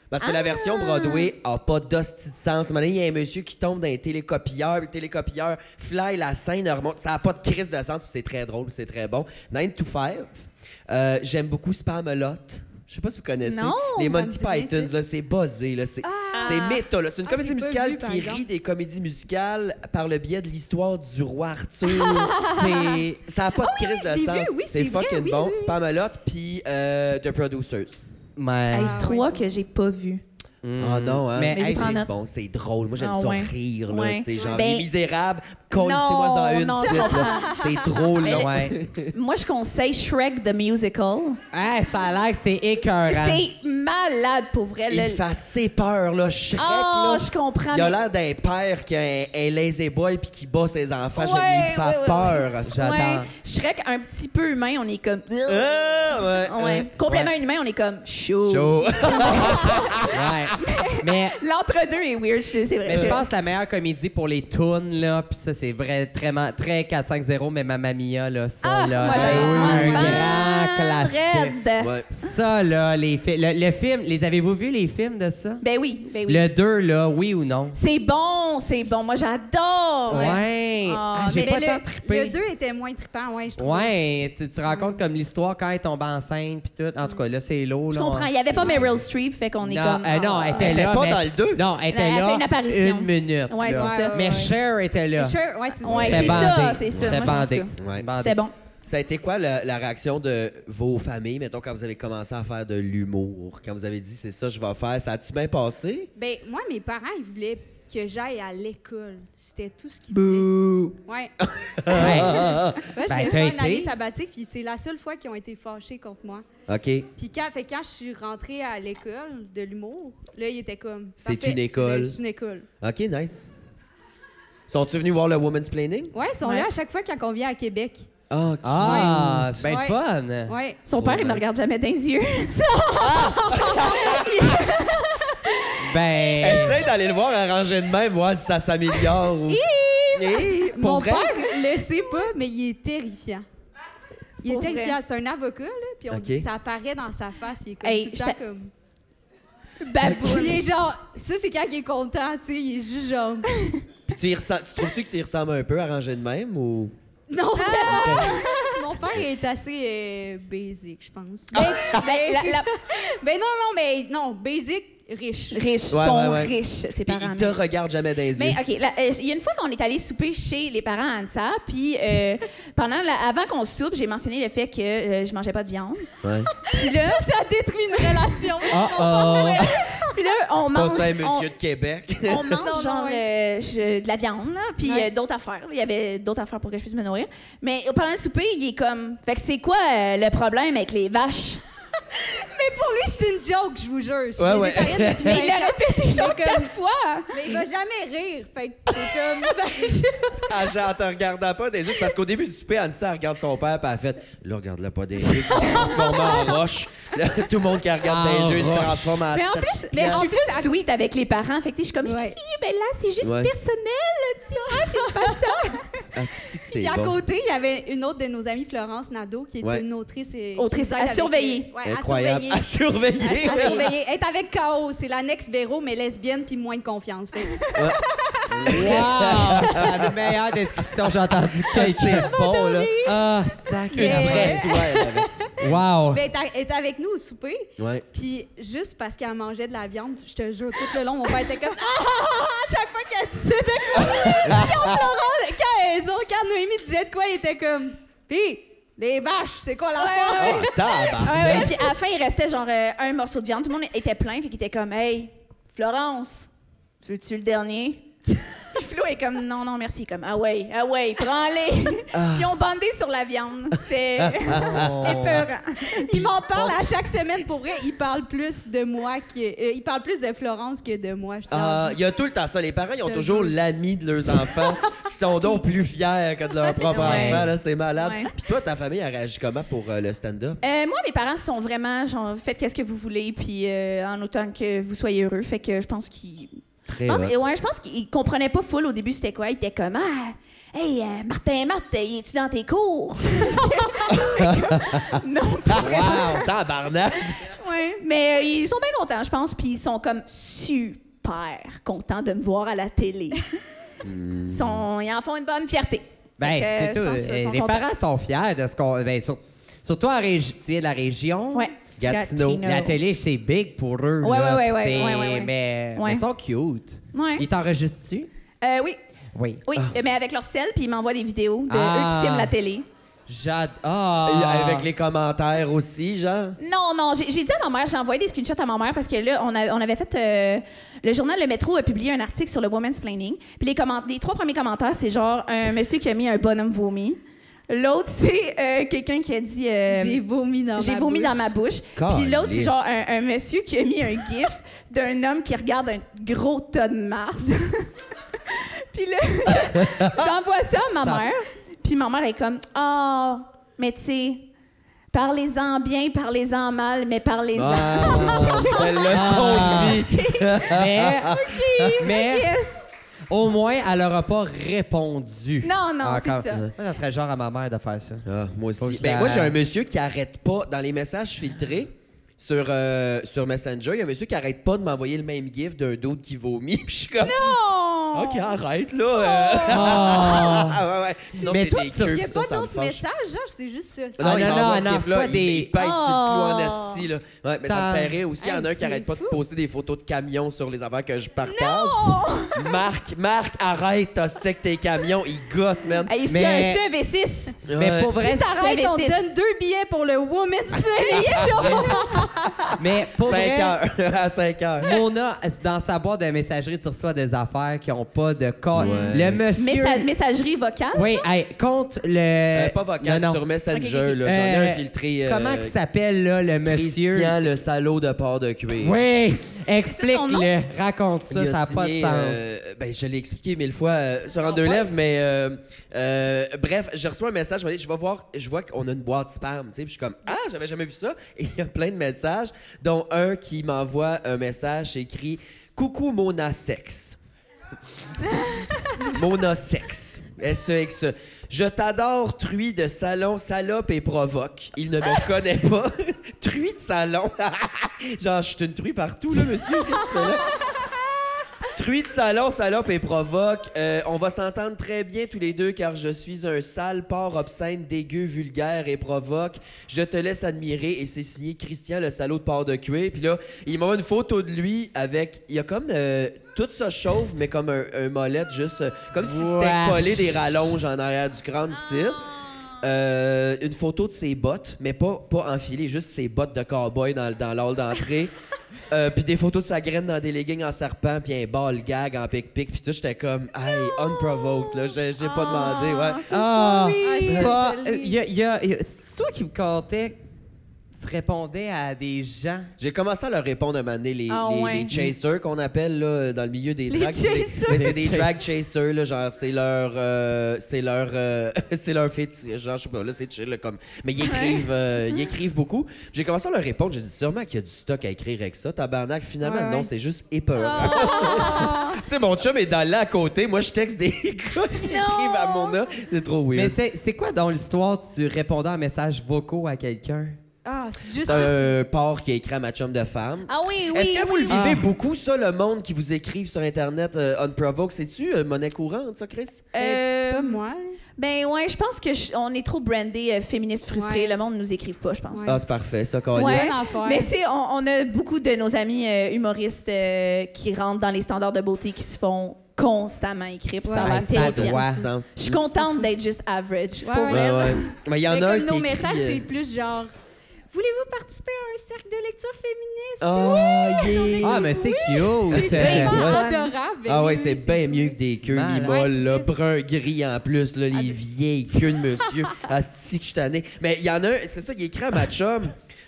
S2: Parce que la version
S4: Ah!
S2: Broadway a pas d'hostie de sens. Maintenant, il y a un monsieur qui tombe dans les télécopieurs, le télécopieur fly la scène, remonte. Ça a pas de crise de sens, puis c'est très drôle, puis c'est très bon. 9 to 5. Euh, J'aime beaucoup Spamelot. Je sais pas si vous connaissez.
S5: Non,
S2: les
S4: ça me
S2: Monty
S4: dit rien,
S2: Python,
S4: c'est-
S2: là, c'est buzzé, là, c'est c'est méta. là. C'est une
S4: Ah,
S2: comédie
S4: j'ai pas
S2: musicale
S4: vu, par
S2: qui
S4: exemple.
S2: rit des comédies musicales par le biais de l'histoire du roi Arthur.
S4: [LAUGHS]
S2: c'est ça a pas de crise
S5: je l'ai
S2: de
S5: vu,
S2: sens.
S5: oui,
S2: c'est
S5: c'est vrai,
S2: fucking
S5: oui,
S2: bon.
S5: oui, oui.
S2: Spamalot puis euh, The Producers.
S3: Mais.
S4: Ah,
S5: Trois
S4: ouais,
S5: que j'ai pas vu.
S2: Ah non, hein?
S3: Mais,
S2: Mais
S5: Mais
S2: hey,
S5: je prends
S2: c'est
S5: note.
S2: bon, c'est drôle. Moi, j'aime
S5: Ah
S2: ça
S5: ouais.
S2: rire, là.
S5: Ouais.
S2: Tu sais, genre,
S5: Ben-
S2: les misérables, colissez-moi
S5: Non,
S2: dans une,
S5: non,
S2: petite,
S5: je comprends.
S2: là. C'est trop
S5: Mais-
S2: long.
S3: Ouais.
S5: Moi, je conseille Shrek the Musical.
S3: Hey, ça a l'air que c'est écœurant.
S5: C'est malade pour vrai.
S2: Il
S5: le-
S2: me fait assez peur, là. Shrek,
S5: Oh,
S2: là.
S5: je comprends.
S2: Il a
S5: mais-
S2: l'air d'un père qui est un, un lazy boy puis qui bat ses enfants. Je- il
S5: Ouais,
S2: me fait
S5: ouais, ouais.
S2: peur. ça.
S5: Ouais. Shrek, un petit peu humain, on est comme.
S3: Euh,
S2: Ah, ouais,
S5: Ouais.
S2: ouais.
S5: Complètement humain, on est comme chaud. [LAUGHS]
S2: Chaud. [LAUGHS]
S3: Ouais. Mais.
S5: L'entre-deux est weird, je- c'est vrai.
S3: Mais je pense que la meilleure comédie pour les tunes, là, puis ça, c'est vrai, très, ma- très 4-5-0, mais Mamma Mia, là, ça,
S5: Ah,
S3: là,
S5: moi,
S3: c'est
S5: j'ai
S3: un
S5: une
S3: grand
S5: fan
S3: classique.
S5: raide.
S2: Ouais.
S3: Ça, là, les fi- le, le film, les avez-vous vu, les films de ça?
S5: Ben oui, ben oui.
S3: Le 2, là, oui ou non?
S5: C'est bon, c'est bon. Moi, j'adore.
S3: Ouais. Ah,
S5: Ah,
S3: j'ai
S5: mais
S3: pas
S4: le-
S3: tant trippé.
S4: Le 2 était moins trippant, ouais, je trouve.
S3: Ouais, tu, tu racontes comme l'histoire quand elle tombe enceinte, puis tout. En tout cas, là, c'est lourd.
S5: Je
S3: là, on-
S5: comprends. Il n'y avait pas Meryl Streep, fait qu'on est
S3: non,
S5: comme.
S3: euh, non,
S5: ah.
S3: elle était
S6: Elle était
S3: là.
S6: pas
S3: mais-
S6: dans le deux.
S3: Non, elle était
S5: Elle a
S3: là.
S5: fait une apparition.
S3: minute.
S5: Ouais,
S3: là.
S5: c'est ça.
S3: Mais Cher était là.
S4: Sure, ouais, c'est ça.
S5: Ouais,
S3: C'était
S5: c'est
S3: bandé.
S5: ça, c'est ça.
S3: C'était
S5: Moi, en tout
S3: bandé.
S5: cas,
S2: Ouais.
S3: Bandé.
S5: C'était bon.
S2: Ça a été quoi la, la réaction de vos familles, mettons, quand vous avez commencé à faire de l'humour? Quand vous avez dit, c'est ça, je vais faire, ça a-tu bien passé?
S4: Ben, moi, mes parents, ils voulaient que j'aille à l'école. C'était tout ce qu'ils voulaient.
S3: Ouais.
S4: Ouais.
S5: [LAUGHS]
S4: Moi,
S3: Ben,
S4: je vais
S3: t'as
S4: faire une année
S3: été.
S4: sabbatique, puis c'est la seule fois qu'ils ont été fâchés contre moi.
S2: OK.
S4: Puis quand, fait, quand je suis rentrée à l'école de l'humour, là, ils étaient comme.
S2: C'est
S4: Parfait,
S2: une école.
S4: C'est une école.
S2: OK, nice. Sont-tu venus voir le Woman's Planning?
S4: Ouais, ils sont là à chaque fois quand on vient à Québec.
S2: Ah, OK.
S3: Ah, c'est bien
S4: Ouais.
S3: fun.
S4: Ouais.
S5: Son père, il me regarde jamais dans les yeux.
S3: [LAUGHS] Ben,
S2: Essaye d'aller le voir arranger de même, voir si ça s'améliore. ou- Hé, pour
S4: Mon
S2: vrai?
S4: père le sait pas, mais il est terrifiant. Il est
S5: Pour vrai.
S4: terrifiant. C'est un avocat, là, puis on
S2: Ok.
S4: dit, ça apparaît dans sa face. Il est comme
S5: Hey,
S4: tout le temps
S5: j'étais-
S4: comme. Il
S5: Baboune.
S4: est
S5: [LAUGHS]
S4: genre. Ça, c'est quand il est content, tu sais. Il est juste genre.
S2: Puis tu, y ressens- tu trouves-tu que tu y ressembles un peu arranger de même ou.
S4: Non! Ah! [LAUGHS] Mon père est assez euh, basic, je pense.
S5: Ben, ben, la- la-
S4: Ben non, non, mais non, basic,
S5: [LAUGHS]
S4: riche.
S5: Riche,
S2: Ouais,
S5: sont
S2: ouais, ouais.
S5: riches, ses
S2: Puis
S5: parents.
S2: il te regarde jamais dans les yeux.
S5: Mais OK, la- euh, il y a une fois qu'on est allé souper chez les parents à Ansa, puis euh, pendant la- avant qu'on soupe, j'ai mentionné le fait que euh, je mangeais pas de viande.
S2: Ouais.
S5: Puis là, ça détruit une relation.
S3: oh oh.
S5: puis là, on mange
S2: Pas ça,
S5: on-
S2: monsieur de Québec.
S5: on mange
S4: Non, non,
S5: genre euh, je- de la viande, là, puis
S4: Ouais.
S5: euh, d'autres affaires. là. Il y avait d'autres affaires pour que je puisse me nourrir. Mais pendant le souper, il est comme Fait que c'est quoi euh, le problème avec les vaches?
S4: Mais pour lui, c'est une joke, je vous jure. Je suis
S2: Ouais, ouais.
S4: végétarienne
S5: [LAUGHS]
S4: depuis
S5: Mais il
S4: cinq
S5: l'a
S4: ans.
S5: répété genre
S4: Mais comme-
S5: quatre fois.
S4: Mais il va jamais rire. Fait que c'est comme. ben, je-
S2: [LAUGHS]
S4: [LAUGHS]
S2: Ah, genre, en te regardant pas des yeux. Parce qu'au début du souper, Anissa, elle regarde son père, puis elle fait Là, regarde-le pas des yeux. Il se transforme [LAUGHS] en roche. Là, tout le monde qui regarde
S3: En
S2: dans les yeux, il se
S3: roche.
S2: transforme en.
S5: Mais en Ah, plus, mais je suis plus sweet avec les parents. Fait que tu sais, je suis comme,
S4: Ouais.
S5: Hi, ben là, c'est juste
S2: Ouais.
S5: personnel. Tu vois, je sais pas ça.
S2: Asti Ah, que
S4: Puis
S2: c'est
S4: à
S2: bon.
S4: côté, il y avait une autre de nos amies, Florence Nadeau, qui est
S2: Ouais.
S4: une autrice. et-
S5: Autrice
S4: qui nous aide
S5: à
S4: avec- euh,
S5: surveiller.
S4: Ouais,
S2: Incroyable.
S4: à
S2: À
S4: surveiller.
S2: surveiller.
S4: À surveiller. Elle est avec K.O. C'est l'annexe Véro, mais lesbienne puis moins de confiance. Fait que-
S3: [LAUGHS] Wow! C'est la meilleure description que j'ai entendue de quelqu'un.
S2: C'est bon, là.
S3: Ah,
S2: Une
S4: Mais-
S2: vraie soirée.
S3: Wow!
S4: Mais elle est à- ben, elle est avec nous au souper.
S2: Ouais.
S4: Puis juste parce qu'elle mangeait de la viande, je te jure, tout le long, mon père était comme Ah, ah, ah, ah, chaque fois qu'elle disait de quoi. quand Florence, quand, euh, disons, quand Noémie disait de quoi, il était comme Pis, les vaches, c'est quoi l'affaire?
S2: Oh, tabarnak.
S5: [LAUGHS] Ouais, ouais. Puis à la fin, il restait genre euh, un morceau de viande. Tout le monde était plein. Fait qu'il était comme, hey, Florence, veux-tu le [LAUGHS] dernier? Puis Flo est comme, non, non, merci. Il est Comme, ah ouais, ah ouais, prends-les. Ils ont bandé sur la viande. [LAUGHS] C'était épeurant.
S4: Il m'en parle à chaque semaine. Pour vrai, il parle plus de moi que. euh, il parle plus de Florence que de moi, je
S5: Euh,
S2: Ah, Il y a tout le temps ça. Les parents, ils ont toujours l'ami de leurs enfants qui sont donc plus fiers que de leur propre
S5: Ouais.
S2: enfant. là, C'est malade.
S5: Ouais.
S2: Puis toi, ta famille a réagi comment pour euh, le
S5: [LAUGHS]
S2: stand-up?
S5: Euh, moi, mes parents sont vraiment genre faites qu'est-ce que vous voulez, puis euh, en autant que vous soyez heureux. Fait que je pense qu'ils.
S2: Très
S5: Je pense-
S2: hot.
S5: ouais, je pense qu'ils comprenaient pas full au début, c'était quoi. Ils étaient comme, ah, hey, euh, Martin, Martin, es-tu dans tes
S3: [LAUGHS]
S5: cours? non, pas vraiment.
S2: Wow, tabarnak!
S5: Ouais. Mais euh, ils sont bien contents, je pense, puis ils sont comme super contents de me voir à la télé. Ils sont, ils en font une bonne fierté.
S3: Hmm. Ben,
S5: Fait
S3: c'est
S5: que,
S3: tout.
S5: euh, je pense qu'ils
S3: Eh,
S5: sont
S3: Les
S5: contents.
S3: parents sont fiers de ce qu'on. Ben, sur- surtout en régi- tu es de la région.
S5: Ouais.
S2: Gatineau.
S5: Gatineau.
S3: La télé, c'est big pour eux.
S5: Ouais,
S3: là,
S5: ouais, ouais,
S3: pis
S5: ouais,
S3: c'est-
S5: ouais, ouais, ouais.
S3: Mais
S5: Ouais.
S3: ils sont cute.
S5: Ouais.
S3: Ils t'enregistrent-tu?
S5: Euh, oui,
S3: Oui.
S5: oui, mais avec leur sel, puis ils m'envoient des vidéos de
S3: Ah.
S5: eux qui filment la télé.
S3: J'adore.
S2: Et
S3: Ah.
S2: Avec les commentaires aussi, genre.
S5: Non, non, j'ai j'ai dit à ma mère, j'ai envoyé des screenshots à ma mère parce que là, on, a- on avait fait. euh, le journal Le Métro a publié un article sur le woman's planning. Puis les, comment- les trois premiers commentaires, c'est genre un monsieur qui a mis un bonhomme vomi. L'autre, c'est euh, quelqu'un qui a dit. euh,
S4: J'ai vomi dans ma
S5: j'ai vomi
S4: bouche.
S5: dans ma bouche. Puis l'autre, c'est genre un, un monsieur qui a mis un gif d'un homme qui regarde un gros tas de marde. [LAUGHS] Puis là, [LAUGHS] j'envoie ça à ma mère. Puis ma mère est comme Ah, mais tu sais, parlez-en bien, parlez-en mal, mais parlez-en.
S3: Ah.
S5: [LAUGHS]
S2: Belle Ah, leçon de vie.
S3: Mais, mais au moins, elle n'aura pas répondu.
S5: Non, non, c'est
S3: Encore.
S5: ça.
S3: Moi, ça serait genre à ma mère de faire ça.
S2: Ah, moi
S3: Faut que
S2: aussi.
S3: je
S2: Ben,
S3: la-
S2: moi, j'ai un monsieur qui arrête pas dans les messages filtrés. Sur, euh, sur Messenger, il y a un monsieur qui arrête pas de m'envoyer le même gif d'un d'autre qui vomit. [LAUGHS] Puis je suis comme.
S5: Non!
S2: Ok, arrête là. euh. ah, [LAUGHS] ouais, ouais. Sinon,
S3: Mais
S2: c'est
S3: toi,
S2: des
S3: tu-
S2: queues,
S4: Il n'y a
S2: ça,
S4: pas
S2: ça me
S4: d'autres
S2: fâche.
S4: messages, genre, c'est juste ça.
S2: Non,
S3: Ah,
S2: il
S3: non,
S2: m'envoie
S3: non,
S2: ce
S3: non,
S2: gif-là,
S3: soit
S2: il-
S3: des-
S2: il
S3: Ah!
S2: pèse sur le clou
S5: Oh.
S2: en asti, là. Ouais, mais ça
S3: Tant.
S2: me fait rire aussi. Il y en a un
S4: Hey,
S2: qui arrête pas de
S4: c'est
S2: poster des photos de camions sur les affaires que je partage. Marc, Marc, arrête, t'as stick tes camions. Il gosse, man.
S5: Hey, est-ce qu'il y a
S3: Mais-
S5: un
S2: [LAUGHS]
S5: CEV 6
S3: Mais
S2: Ouais.
S3: pour vrai,
S5: Si t'arrêtes,
S4: Arrête, on
S5: c'est-
S4: te donne deux billets pour le Women's
S2: Ah,
S4: Planning.
S5: Euh,
S3: mais pour
S2: 5
S3: vrai,
S2: heures. [LAUGHS] à 5 heures.
S3: Mona, dans sa boîte de messagerie, tu reçois des affaires qui ont pas de corps. Le
S5: [LAUGHS]
S3: monsieur.
S5: Messagerie vocale?
S3: Oui, hey, compte le.
S2: Euh, pas vocal,
S3: Non, non.
S2: sur Messenger, là. J'en ai
S3: Euh,
S2: un filtré. euh,
S3: Comment il s'appelle, là, le monsieur?
S2: Christian, le salaud de port de cuir.
S3: Oui,
S5: son nom?
S3: explique-le. Raconte ça,
S2: Il a
S3: ça n'a pas de
S2: signé,
S3: sens. Ah,
S2: euh, ben, je l'ai expliqué mille fois euh, sur en deux
S5: ouais.
S2: lèvres, mais euh, euh, bref, je reçois un message, je me dis, je vais voir, je vois qu'on a une boîte spam, tu sais, puis je suis comme, ah, j'avais jamais vu ça. [LAUGHS] Et il y a plein de messages, dont un qui m'envoie un message c'est écrit Coucou Mona Sex. [LAUGHS] Mona Sex. S-E-X-E. E. Je t'adore, truie de salon, salope et provoque. Il ne
S3: [LAUGHS]
S2: me connaît pas. [LAUGHS] truie de salon. [LAUGHS] Genre, je suis une truie partout, là, monsieur. Qu'est-ce que tu fais là? Truie de salon, salope et provoque. Euh, on va s'entendre très bien tous les deux car je suis un sale porc obscène, dégueu, vulgaire et provoque. Je te laisse admirer et c'est signé Christian, le salaud de porc de cuir. Puis là, il m'a une photo de lui avec. Il y a comme. euh, tout ça chauve, mais comme un, un molette, juste. euh, comme si
S3: Wesh.
S2: c'était collé des rallonges en arrière du crâne ici. Euh, une photo de ses bottes, mais pas, pas enfilées, juste ses bottes de cowboy dans, dans l'hall d'entrée. Euh, puis des photos de sa graine dans des leggings en serpent, puis un ball gag en pic-pic, puis tout, j'étais comme, hey, unprovoked, là, j'ai j'ai pas demandé, ouais.
S3: Ah,
S4: sorry.
S3: c'est
S4: Ah,
S3: pas-
S4: je suis désolée.
S3: y a- y a- y a- c'est toi qui me comptais, tu répondais à des gens.
S2: J'ai commencé à leur répondre à un moment donné, les,
S5: Ah,
S2: les-
S5: ouais.
S2: les chasers qu'on appelle là, dans le milieu des
S4: Les
S2: drags. c'est des-
S4: chasers.
S2: mais c'est
S3: Les
S2: des drag chasers, là, genre c'est leur euh, c'est leur euh, [LAUGHS] c'est leur fétiche, genre je sais pas, là c'est chill là, comme mais ils écrivent euh,
S4: [LAUGHS]
S2: ils écrivent beaucoup. J'ai commencé à leur répondre, j'ai dit sûrement qu'il y a du stock à écrire avec ça, tabarnak. Finalement
S4: Ouais,
S2: non,
S4: ouais. Ah.
S2: c'est juste épeurant. [LAUGHS] tu sais mon chum est dans là à côté, moi je texte des [LAUGHS] gars qui écrivent à mon nom, c'est trop weird.
S3: Mais c'est c'est quoi dans l'histoire, tu répondais en message vocaux à quelqu'un?
S4: Ah, c'est juste
S2: c'est un porc qui a écrit à ma chum de femme.
S5: Ah oui, oui.
S2: Est-ce que vous le
S5: oui.
S2: vivez beaucoup, ça, le monde qui vous écrive sur Internet euh, unprovoked? C'est-tu euh, monnaie courante, ça, Chris?
S5: Euh,
S4: Pas moi.
S5: Ben ouais, je pense que je- on est trop brandé euh, féministe frustré.
S4: Ouais.
S5: Le monde nous écrive pas, je pense.
S4: Ouais.
S2: Ah, c'est parfait, ça, Colin.
S5: Ouais.
S4: Bonne affaire.
S5: Mais tu sais, on, on a beaucoup de nos amis euh, humoristes euh, qui rentrent dans les standards de beauté qui se font constamment écrire. puis
S2: Ah,
S5: Ça
S4: Ouais.
S5: va
S3: Ouais, ça
S5: terrifiant.
S3: doit.
S5: Je suis contente d'être juste average.
S4: Ouais,
S5: pour
S4: ouais.
S5: vrai,
S2: Ouais,
S5: là.
S2: ouais. Mais il y en
S4: Mais
S2: a un
S4: comme
S2: qui
S4: nos messages,
S2: écrit,
S4: c'est
S2: euh,
S4: plus genre Voulez-vous participer à un cercle de lecture féministe
S2: Oh, yeah.
S3: Ah, mais c'est cute!
S4: C'est tellement
S3: Euh,
S5: ouais.
S4: adorable. Ben
S2: Ah
S4: oui,
S2: ouais,
S4: oui,
S2: c'est bien mieux que des queues
S3: Mal.
S2: mimoles,
S4: Ouais, c'est
S2: là,
S4: ça. Ah,
S2: brun gris en plus, là, les vieilles queues de monsieur. Asti que je suis tanné. Mais il y en a un, c'est ça, il écrit à ma chum.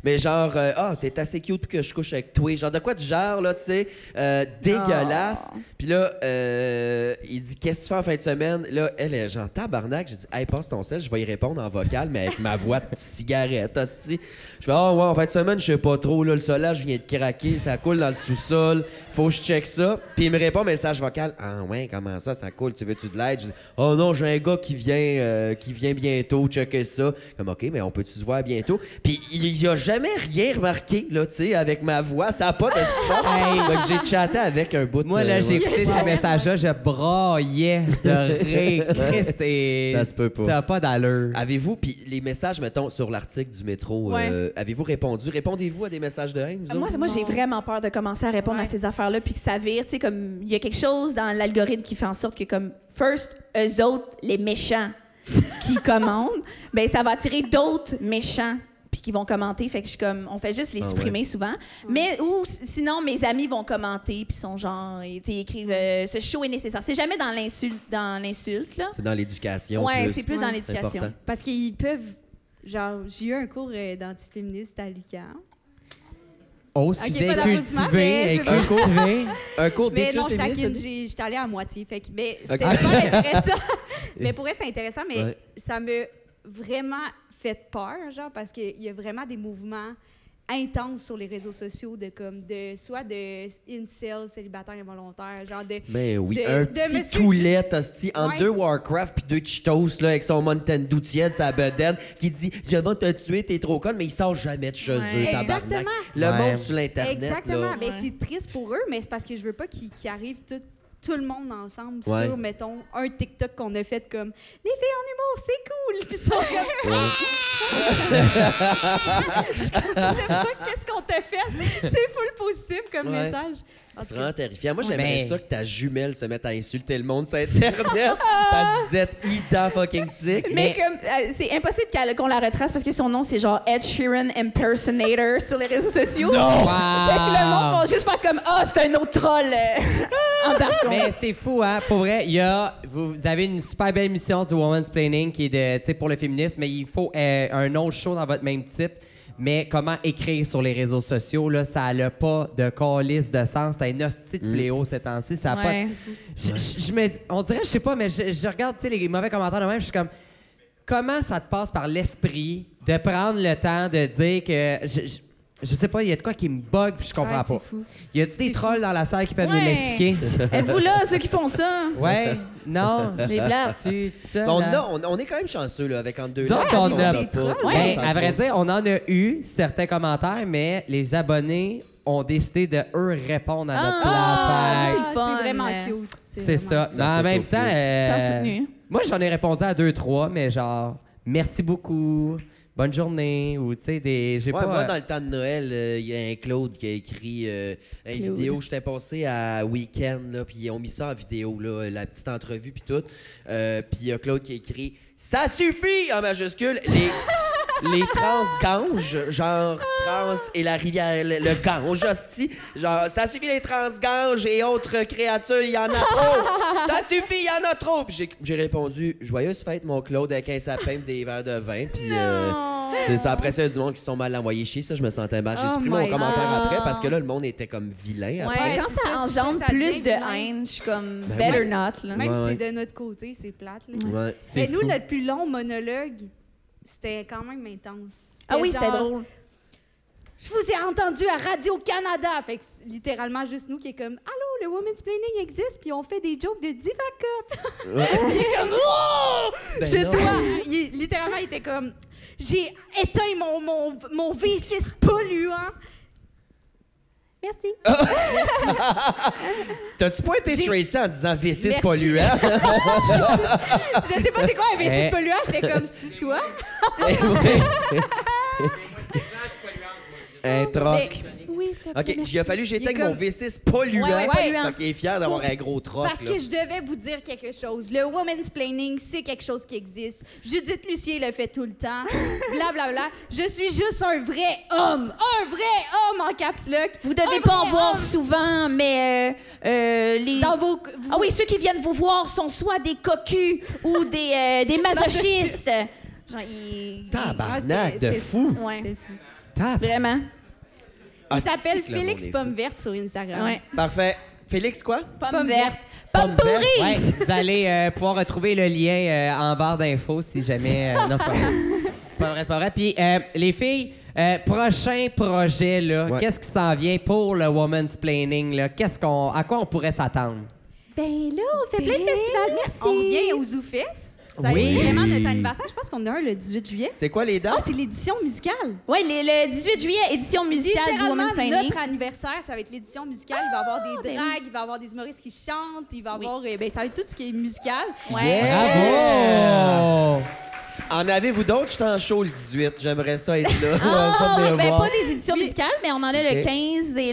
S2: Mais genre, euh, ah, t'es assez cute pour que je couche avec toi. Genre, de quoi du genre, là, tu sais, euh, dégueulasse. Puis là, euh, il dit, qu'est-ce que tu fais en fin de semaine? Là, elle est genre, tabarnak. J'ai dit, hey, passe ton sel, je vais y répondre en vocal, mais avec ma voix de cigarette, hostie. Je fais, ah, ouais, en fin de semaine, je sais pas trop, là, le solage vient de craquer, ça coule dans le sous-sol, faut que je check ça. Puis il me répond, message vocal, ah, ouais, comment ça, ça coule, tu veux-tu de l'aide? Je dis, oh non, j'ai un gars qui vient, euh, qui vient bientôt, checker ça. Comme, ok, mais on peut-tu se voir bientôt? Puis il y a jamais jamais rien remarqué, là, tu sais, avec ma voix. Ça a pas de Hey, fait que j'ai chatté avec un bout de...
S3: Moi, là,
S2: euh,
S3: j'ai
S2: ouais.
S3: écouté ces messages-là, je braillais
S2: [LAUGHS]
S3: de rire. Christ, et-
S2: Ça se peut pas. Ah,
S3: T'as pas d'allure.
S2: Avez-vous, puis les messages, mettons, sur l'article du métro,
S5: Ouais. Euh,
S2: euh, avez-vous répondu? Répondez-vous à des messages de haine, vous
S5: Moi,
S2: autres?
S5: moi j'ai vraiment peur de commencer à répondre à ces affaires-là puis que ça vire. Tu sais, comme, il y a quelque chose dans l'algorithme qui fait en sorte que, comme, first, eux autres, les méchants
S2: [LAUGHS]
S5: qui commandent, ben ça va attirer d'autres méchants puis qui vont commenter. Fait que je suis comme, on fait juste les supprimer souvent. Mais, ou s- sinon, mes amis vont commenter puis sont genre, ils tu sais, ils écrivent, euh, ce show est nécessaire. C'est jamais dans l'insulte, dans l'insulte, là.
S2: C'est dans l'éducation.
S5: Ouais, c'est plus dans
S4: Ouais.
S5: l'éducation.
S2: important.
S4: Parce qu'ils peuvent. Genre, j'ai eu un cours euh, d'antiféministe à l'UQAM.
S3: Oh, excusez,
S4: pas d'applaudissements,
S3: cultivé,
S4: mais
S3: et
S4: c'est bon.
S3: cultivé.
S4: [LAUGHS]
S2: Un cours
S4: Mais
S2: d'études
S4: non, je
S2: féministes, ça
S4: taquine,
S2: dit?
S4: j'ai- j'étais allée à moitié. Fait que, mais c'était
S2: Ok.
S4: super
S2: [LAUGHS]
S4: intéressant. mais pour vrai, c'était intéressant, mais
S2: Ouais.
S4: ça me vraiment fait peur, genre, parce qu'il y a vraiment des mouvements intenses sur les réseaux sociaux de comme de soit de incels célibataires involontaires genre de
S2: Mais Ben oui,
S4: de-
S2: un
S4: de
S2: petit
S4: monsieur-
S2: toulette, hostie, entre
S4: Ouais.
S2: deux Warcraft puis deux Cheetos, là, avec son Mountain Dew tiède, sa bedaine, qui dit « Je vais te tuer, t'es trop conne », mais il sort jamais de chez eux,
S5: Ouais.
S2: tabarnak.
S4: Exactement.
S2: Le
S3: Ouais.
S2: monde sur l'Internet,
S4: Exactement.
S2: là.
S4: Mais c'est triste pour eux, mais c'est parce que je veux pas qu'ils qu'ils arrivent tout, tout le monde ensemble
S2: Ouais.
S4: sur, mettons, un TikTok qu'on a fait comme Les filles en humour, c'est cool! [LAUGHS] Puis ils sont
S2: [LAUGHS]
S4: comme Ah! Je comprenais
S5: [LAUGHS]
S4: pas qu'est-ce qu'on t'a fait. C'est full positif comme
S2: Ouais.
S4: message. En tout
S2: C'est
S4: cas,
S2: vraiment terrifiant. Moi, j'aimerais
S3: Mais-
S2: ça que ta jumelle se mette à insulter le monde sur Internet parce que vous êtes Ida fucking tic.
S5: Mais, comme, euh, c'est impossible qu'elle- qu'on la retrace parce que son nom, c'est genre Ed Sheeran Impersonator sur les réseaux sociaux.
S3: Wow.
S5: Fait que le monde va juste faire comme Ah, c'est un autre
S4: [LAUGHS]
S5: troll
S4: Ah,
S5: euh, en
S3: [LAUGHS]
S5: partant.
S3: Mais c'est fou, hein? Pour vrai, il y a, vous, vous avez une super belle mission du Woman's Planning qui est de, tu sais, pour le féminisme, mais il faut euh, un autre show dans votre même type. Mais comment écrire sur les réseaux sociaux, là, ça n'a pas de calice de sens. C'est un hostie de fléau ces temps-ci. Ça a pas
S5: Ouais.
S3: de- je, je- je me- on dirait, je sais pas, mais je, je regarde tu sais, les mauvais commentaires de même, je suis comme. Comment ça te passe par l'esprit de prendre le temps de dire que. Je, je, je sais pas, il y a de quoi qui me bug puis je comprends
S4: Ouais, c'est
S3: pas.
S4: fou.
S3: Y a-tu des
S4: C'est
S3: trolls dans la salle qui peuvent nous
S5: Ouais.
S3: l'expliquer?
S5: Êtes-vous là, ceux qui font ça?
S3: Ouais,
S2: [LAUGHS]
S3: non.
S5: Les blagues.
S3: Tu, tu sais,
S2: Mais on,
S3: là.
S2: a- on- on est quand même chanceux, là, avec entre deux
S3: Nous autres,
S2: lettres,
S3: on
S2: l'a
S3: a-
S4: des
S2: pas.
S4: trolls,
S2: On
S3: Ben,
S2: s'en
S3: à vrai
S2: fout.
S3: dire, on en a eu certains commentaires, mais les abonnés ont décidé de eux répondre à notre
S5: Ah,
S3: place.
S5: c'est
S3: Fait
S5: le fun,
S4: c'est vraiment
S5: euh,
S4: cute.
S3: C'est
S4: vraiment
S3: ça.
S4: cute.
S3: Mais en
S2: c'est
S3: même
S2: pas
S3: temps,
S2: fou.
S3: euh,
S5: Sans soutenu.
S3: moi j'en ai répondu à deux trois, mais genre merci beaucoup, bonne journée ou tu sais des, j'ai
S2: Ouais,
S3: pas.
S2: moi, dans
S3: euh,
S2: le temps de Noël, euh, il y a un Claude qui a écrit euh, une
S5: Claude.
S2: vidéo. J'étais passé à Weekend, là, puis ils ont mis ça en vidéo, là, la petite entrevue, puis tout. Euh, puis il y a Claude qui a écrit Ça suffit en majuscule. Les, les transganges, genre trans et la rivière, le, le gange, hostie. Genre, ça suffit les transganges et autres créatures, il y en a trop. ça suffit, il y en a trop. Puis j'ai- j'ai répondu Joyeuse fête, mon Claude, avec un sapin, pis des verres de vin, puis. euh, c'est ça. Après ça, il y a du monde qui se sont mal envoyés chier. Ça, je me sentais mal. J'ai
S4: Oh
S2: supprimé mon
S4: my
S2: commentaire
S5: God.
S2: après parce que là, le monde était comme vilain.
S5: Ouais,
S2: après.
S4: Ouais,
S5: quand
S4: c'est
S5: ça,
S4: ça,
S5: engendre
S4: ça, ça
S5: plus
S4: devient
S5: de
S4: humain.
S5: haine, je suis comme
S2: Ben
S5: better
S4: Même
S5: not.
S4: si-
S5: Là.
S4: Même
S2: Ouais,
S4: si
S2: ouais.
S4: c'est de notre côté, c'est plate. là.
S2: Ouais.
S4: Mais nous,
S3: fou.
S4: notre plus long monologue, c'était quand même intense.
S5: Ah oui, c'était
S4: genre,
S5: drôle.
S4: Je vous ai entendu à Radio-Canada. Fait que c'est littéralement juste nous qui est comme Allô, le Women's Planning existe, puis on fait des jokes de Diva Cup. [LAUGHS] il est comme Oh!
S2: Ben
S4: Je
S2: non.
S4: dois. Il- littéralement, il était comme J'ai éteint mon, mon, mon V6 polluant. Merci.
S2: Ah. T'as-tu pas été
S4: J'ai-
S2: tracé en disant V6
S4: Merci. [LAUGHS]
S2: polluant? [LAUGHS]
S4: Je sais pas c'est quoi un V6
S3: Eh.
S4: polluant, j'étais comme Suis toi.
S2: un troc.
S4: Oui, c'était
S2: Ok, il a fallu que j'éteigne
S4: Il est comme-
S2: mon V6 polluant.
S5: Ouais, ouais, polluant.
S2: Fait qu'il est fier d'avoir un gros troc.
S4: Parce
S2: là.
S4: que je devais vous dire quelque chose. Le woman's planning, c'est quelque chose qui existe. Judith Lucier le fait tout
S2: [LAUGHS]
S4: le temps. Bla bla bla. Je suis juste un vrai homme, un vrai homme en caps lock.
S5: Vous
S4: Un
S5: devez pas en
S4: vrai
S5: voir
S4: homme
S5: souvent, mais euh, euh, les.
S4: Dans vos,
S5: Ah oui, ceux qui viennent vous voir sont soit des cocus ou des, euh, des masochistes. Genre, ils.
S2: [LAUGHS] Tabarnak
S4: Ah, c'est-
S2: de
S4: c'est-
S2: fou.
S5: Ouais,
S3: tab-
S5: vraiment.
S2: Ah,
S4: Il s'appelle
S2: c'est que le
S4: Félix
S2: monde est
S4: Pomme Verte sur Instagram.
S5: Ah Ouais.
S2: fou. Parfait. Félix, quoi?
S5: Pomme,
S4: Pomme
S5: verte.
S4: verte.
S5: Pomme
S2: Pomme verte,
S5: pourrie.
S3: Ouais, vous allez euh, pouvoir retrouver le lien euh, en barre d'infos si jamais. euh, non, c'est pas vrai. C'est pas vrai, c'est pas vrai. Puis, euh, les filles, euh, prochain projet, là,
S2: Ouais.
S3: qu'est-ce qui s'en vient pour le Woman's Planning? Là? Qu'est-ce qu'on, à quoi on pourrait s'attendre?
S5: Ben là, on fait
S4: Plein de festivals, merci. On revient aux Zoufest. Ça
S3: Oui.
S4: c'est vraiment notre anniversaire. Je pense qu'on a un le 18 juillet.
S2: C'est quoi les
S4: Ah,
S2: dates?
S4: c'est l'édition musicale.
S5: Oui, le 18 juillet, édition musicale du
S4: Littéralement,
S5: Women's Planning.
S4: notre anniversaire, ça va être l'édition musicale. Il va y avoir des
S5: ben oui.
S4: drags, il va y avoir des humoristes qui chantent, il va y
S5: Oui.
S4: avoir... euh, ben, ça va être tout ce qui est musical.
S5: Ouais.
S3: Bravo!
S2: En avez-vous d'autres? Je suis en show le 18. J'aimerais ça être
S4: [LAUGHS]
S2: là.
S5: Ah,
S6: Ça me
S5: oui, ben,
S6: dévoile.
S5: pas des éditions musicales, mais on en a le
S2: Ok.
S5: 15 et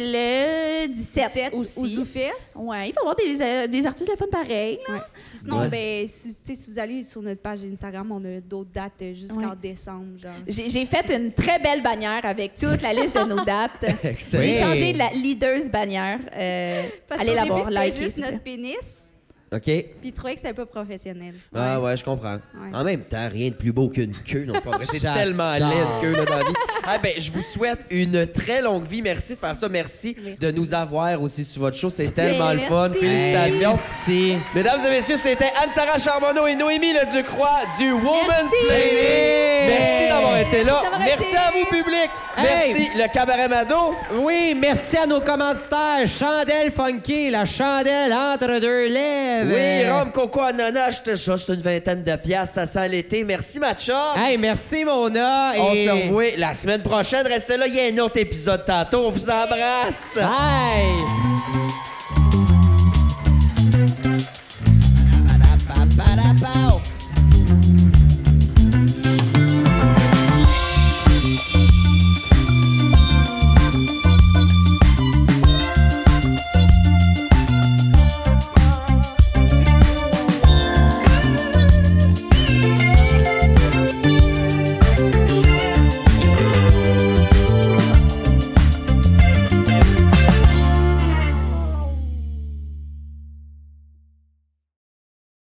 S5: le 17,
S4: 7
S5: aussi.
S4: aux Zoufest.
S5: Ouais, il va y avoir des, euh, des artistes le fun pareil. là.
S4: Puis sinon,
S2: Ouais.
S4: ben, si, tu sais, si vous allez sur notre page Instagram, on a d'autres dates euh, jusqu'en
S5: Ouais.
S4: décembre. Genre.
S5: J'ai j'ai fait une très belle bannière avec toute la liste de nos dates.
S2: Excellent.
S5: J'ai
S3: Oui.
S5: changé la leaders bannière. Euh,
S4: Parce
S5: allez
S4: qu'au
S5: la
S4: début,
S5: voir,
S4: c'était
S5: likez.
S4: juste
S5: s'il vous
S4: notre
S5: plaît.
S4: pénis,
S2: OK.
S4: puis ils trouvaient que c'était pas professionnel.
S2: Ah ouais, je comprends.
S4: Ouais.
S2: En même temps, rien de plus beau qu'une queue, non pas vrai. C'est
S3: J'adore.
S2: tellement laid une queue là, dans la vie. Ah ben, je vous souhaite une très longue vie. Merci de faire ça. Merci,
S4: Merci.
S2: de nous avoir aussi sur votre show. C'est tellement le
S4: Merci.
S2: fun. Félicitations.
S3: Merci.
S2: Mesdames et messieurs, c'était Anne-Sara Charbonneau et Noémie Leducroix du Woman's
S5: Merci.
S2: Planning. Merci d'avoir été là.
S5: Merci d'avoir
S2: Merci
S5: été.
S2: à vous, public.
S3: Hey.
S2: Merci, le cabaret Mado.
S3: Oui, merci à nos commanditaires. Chandelle Funky, la chandelle entre deux lèvres.
S2: Oui, rhum, coco, ananas, achetez ça, c'est une vingtaine de piastres, ça sent l'été. Merci, ma chum.
S3: Hey, merci, Mona.
S2: On
S3: et-
S2: se revoit la semaine prochaine. Restez là, il y a un autre épisode tantôt. On vous embrasse.
S3: Bye!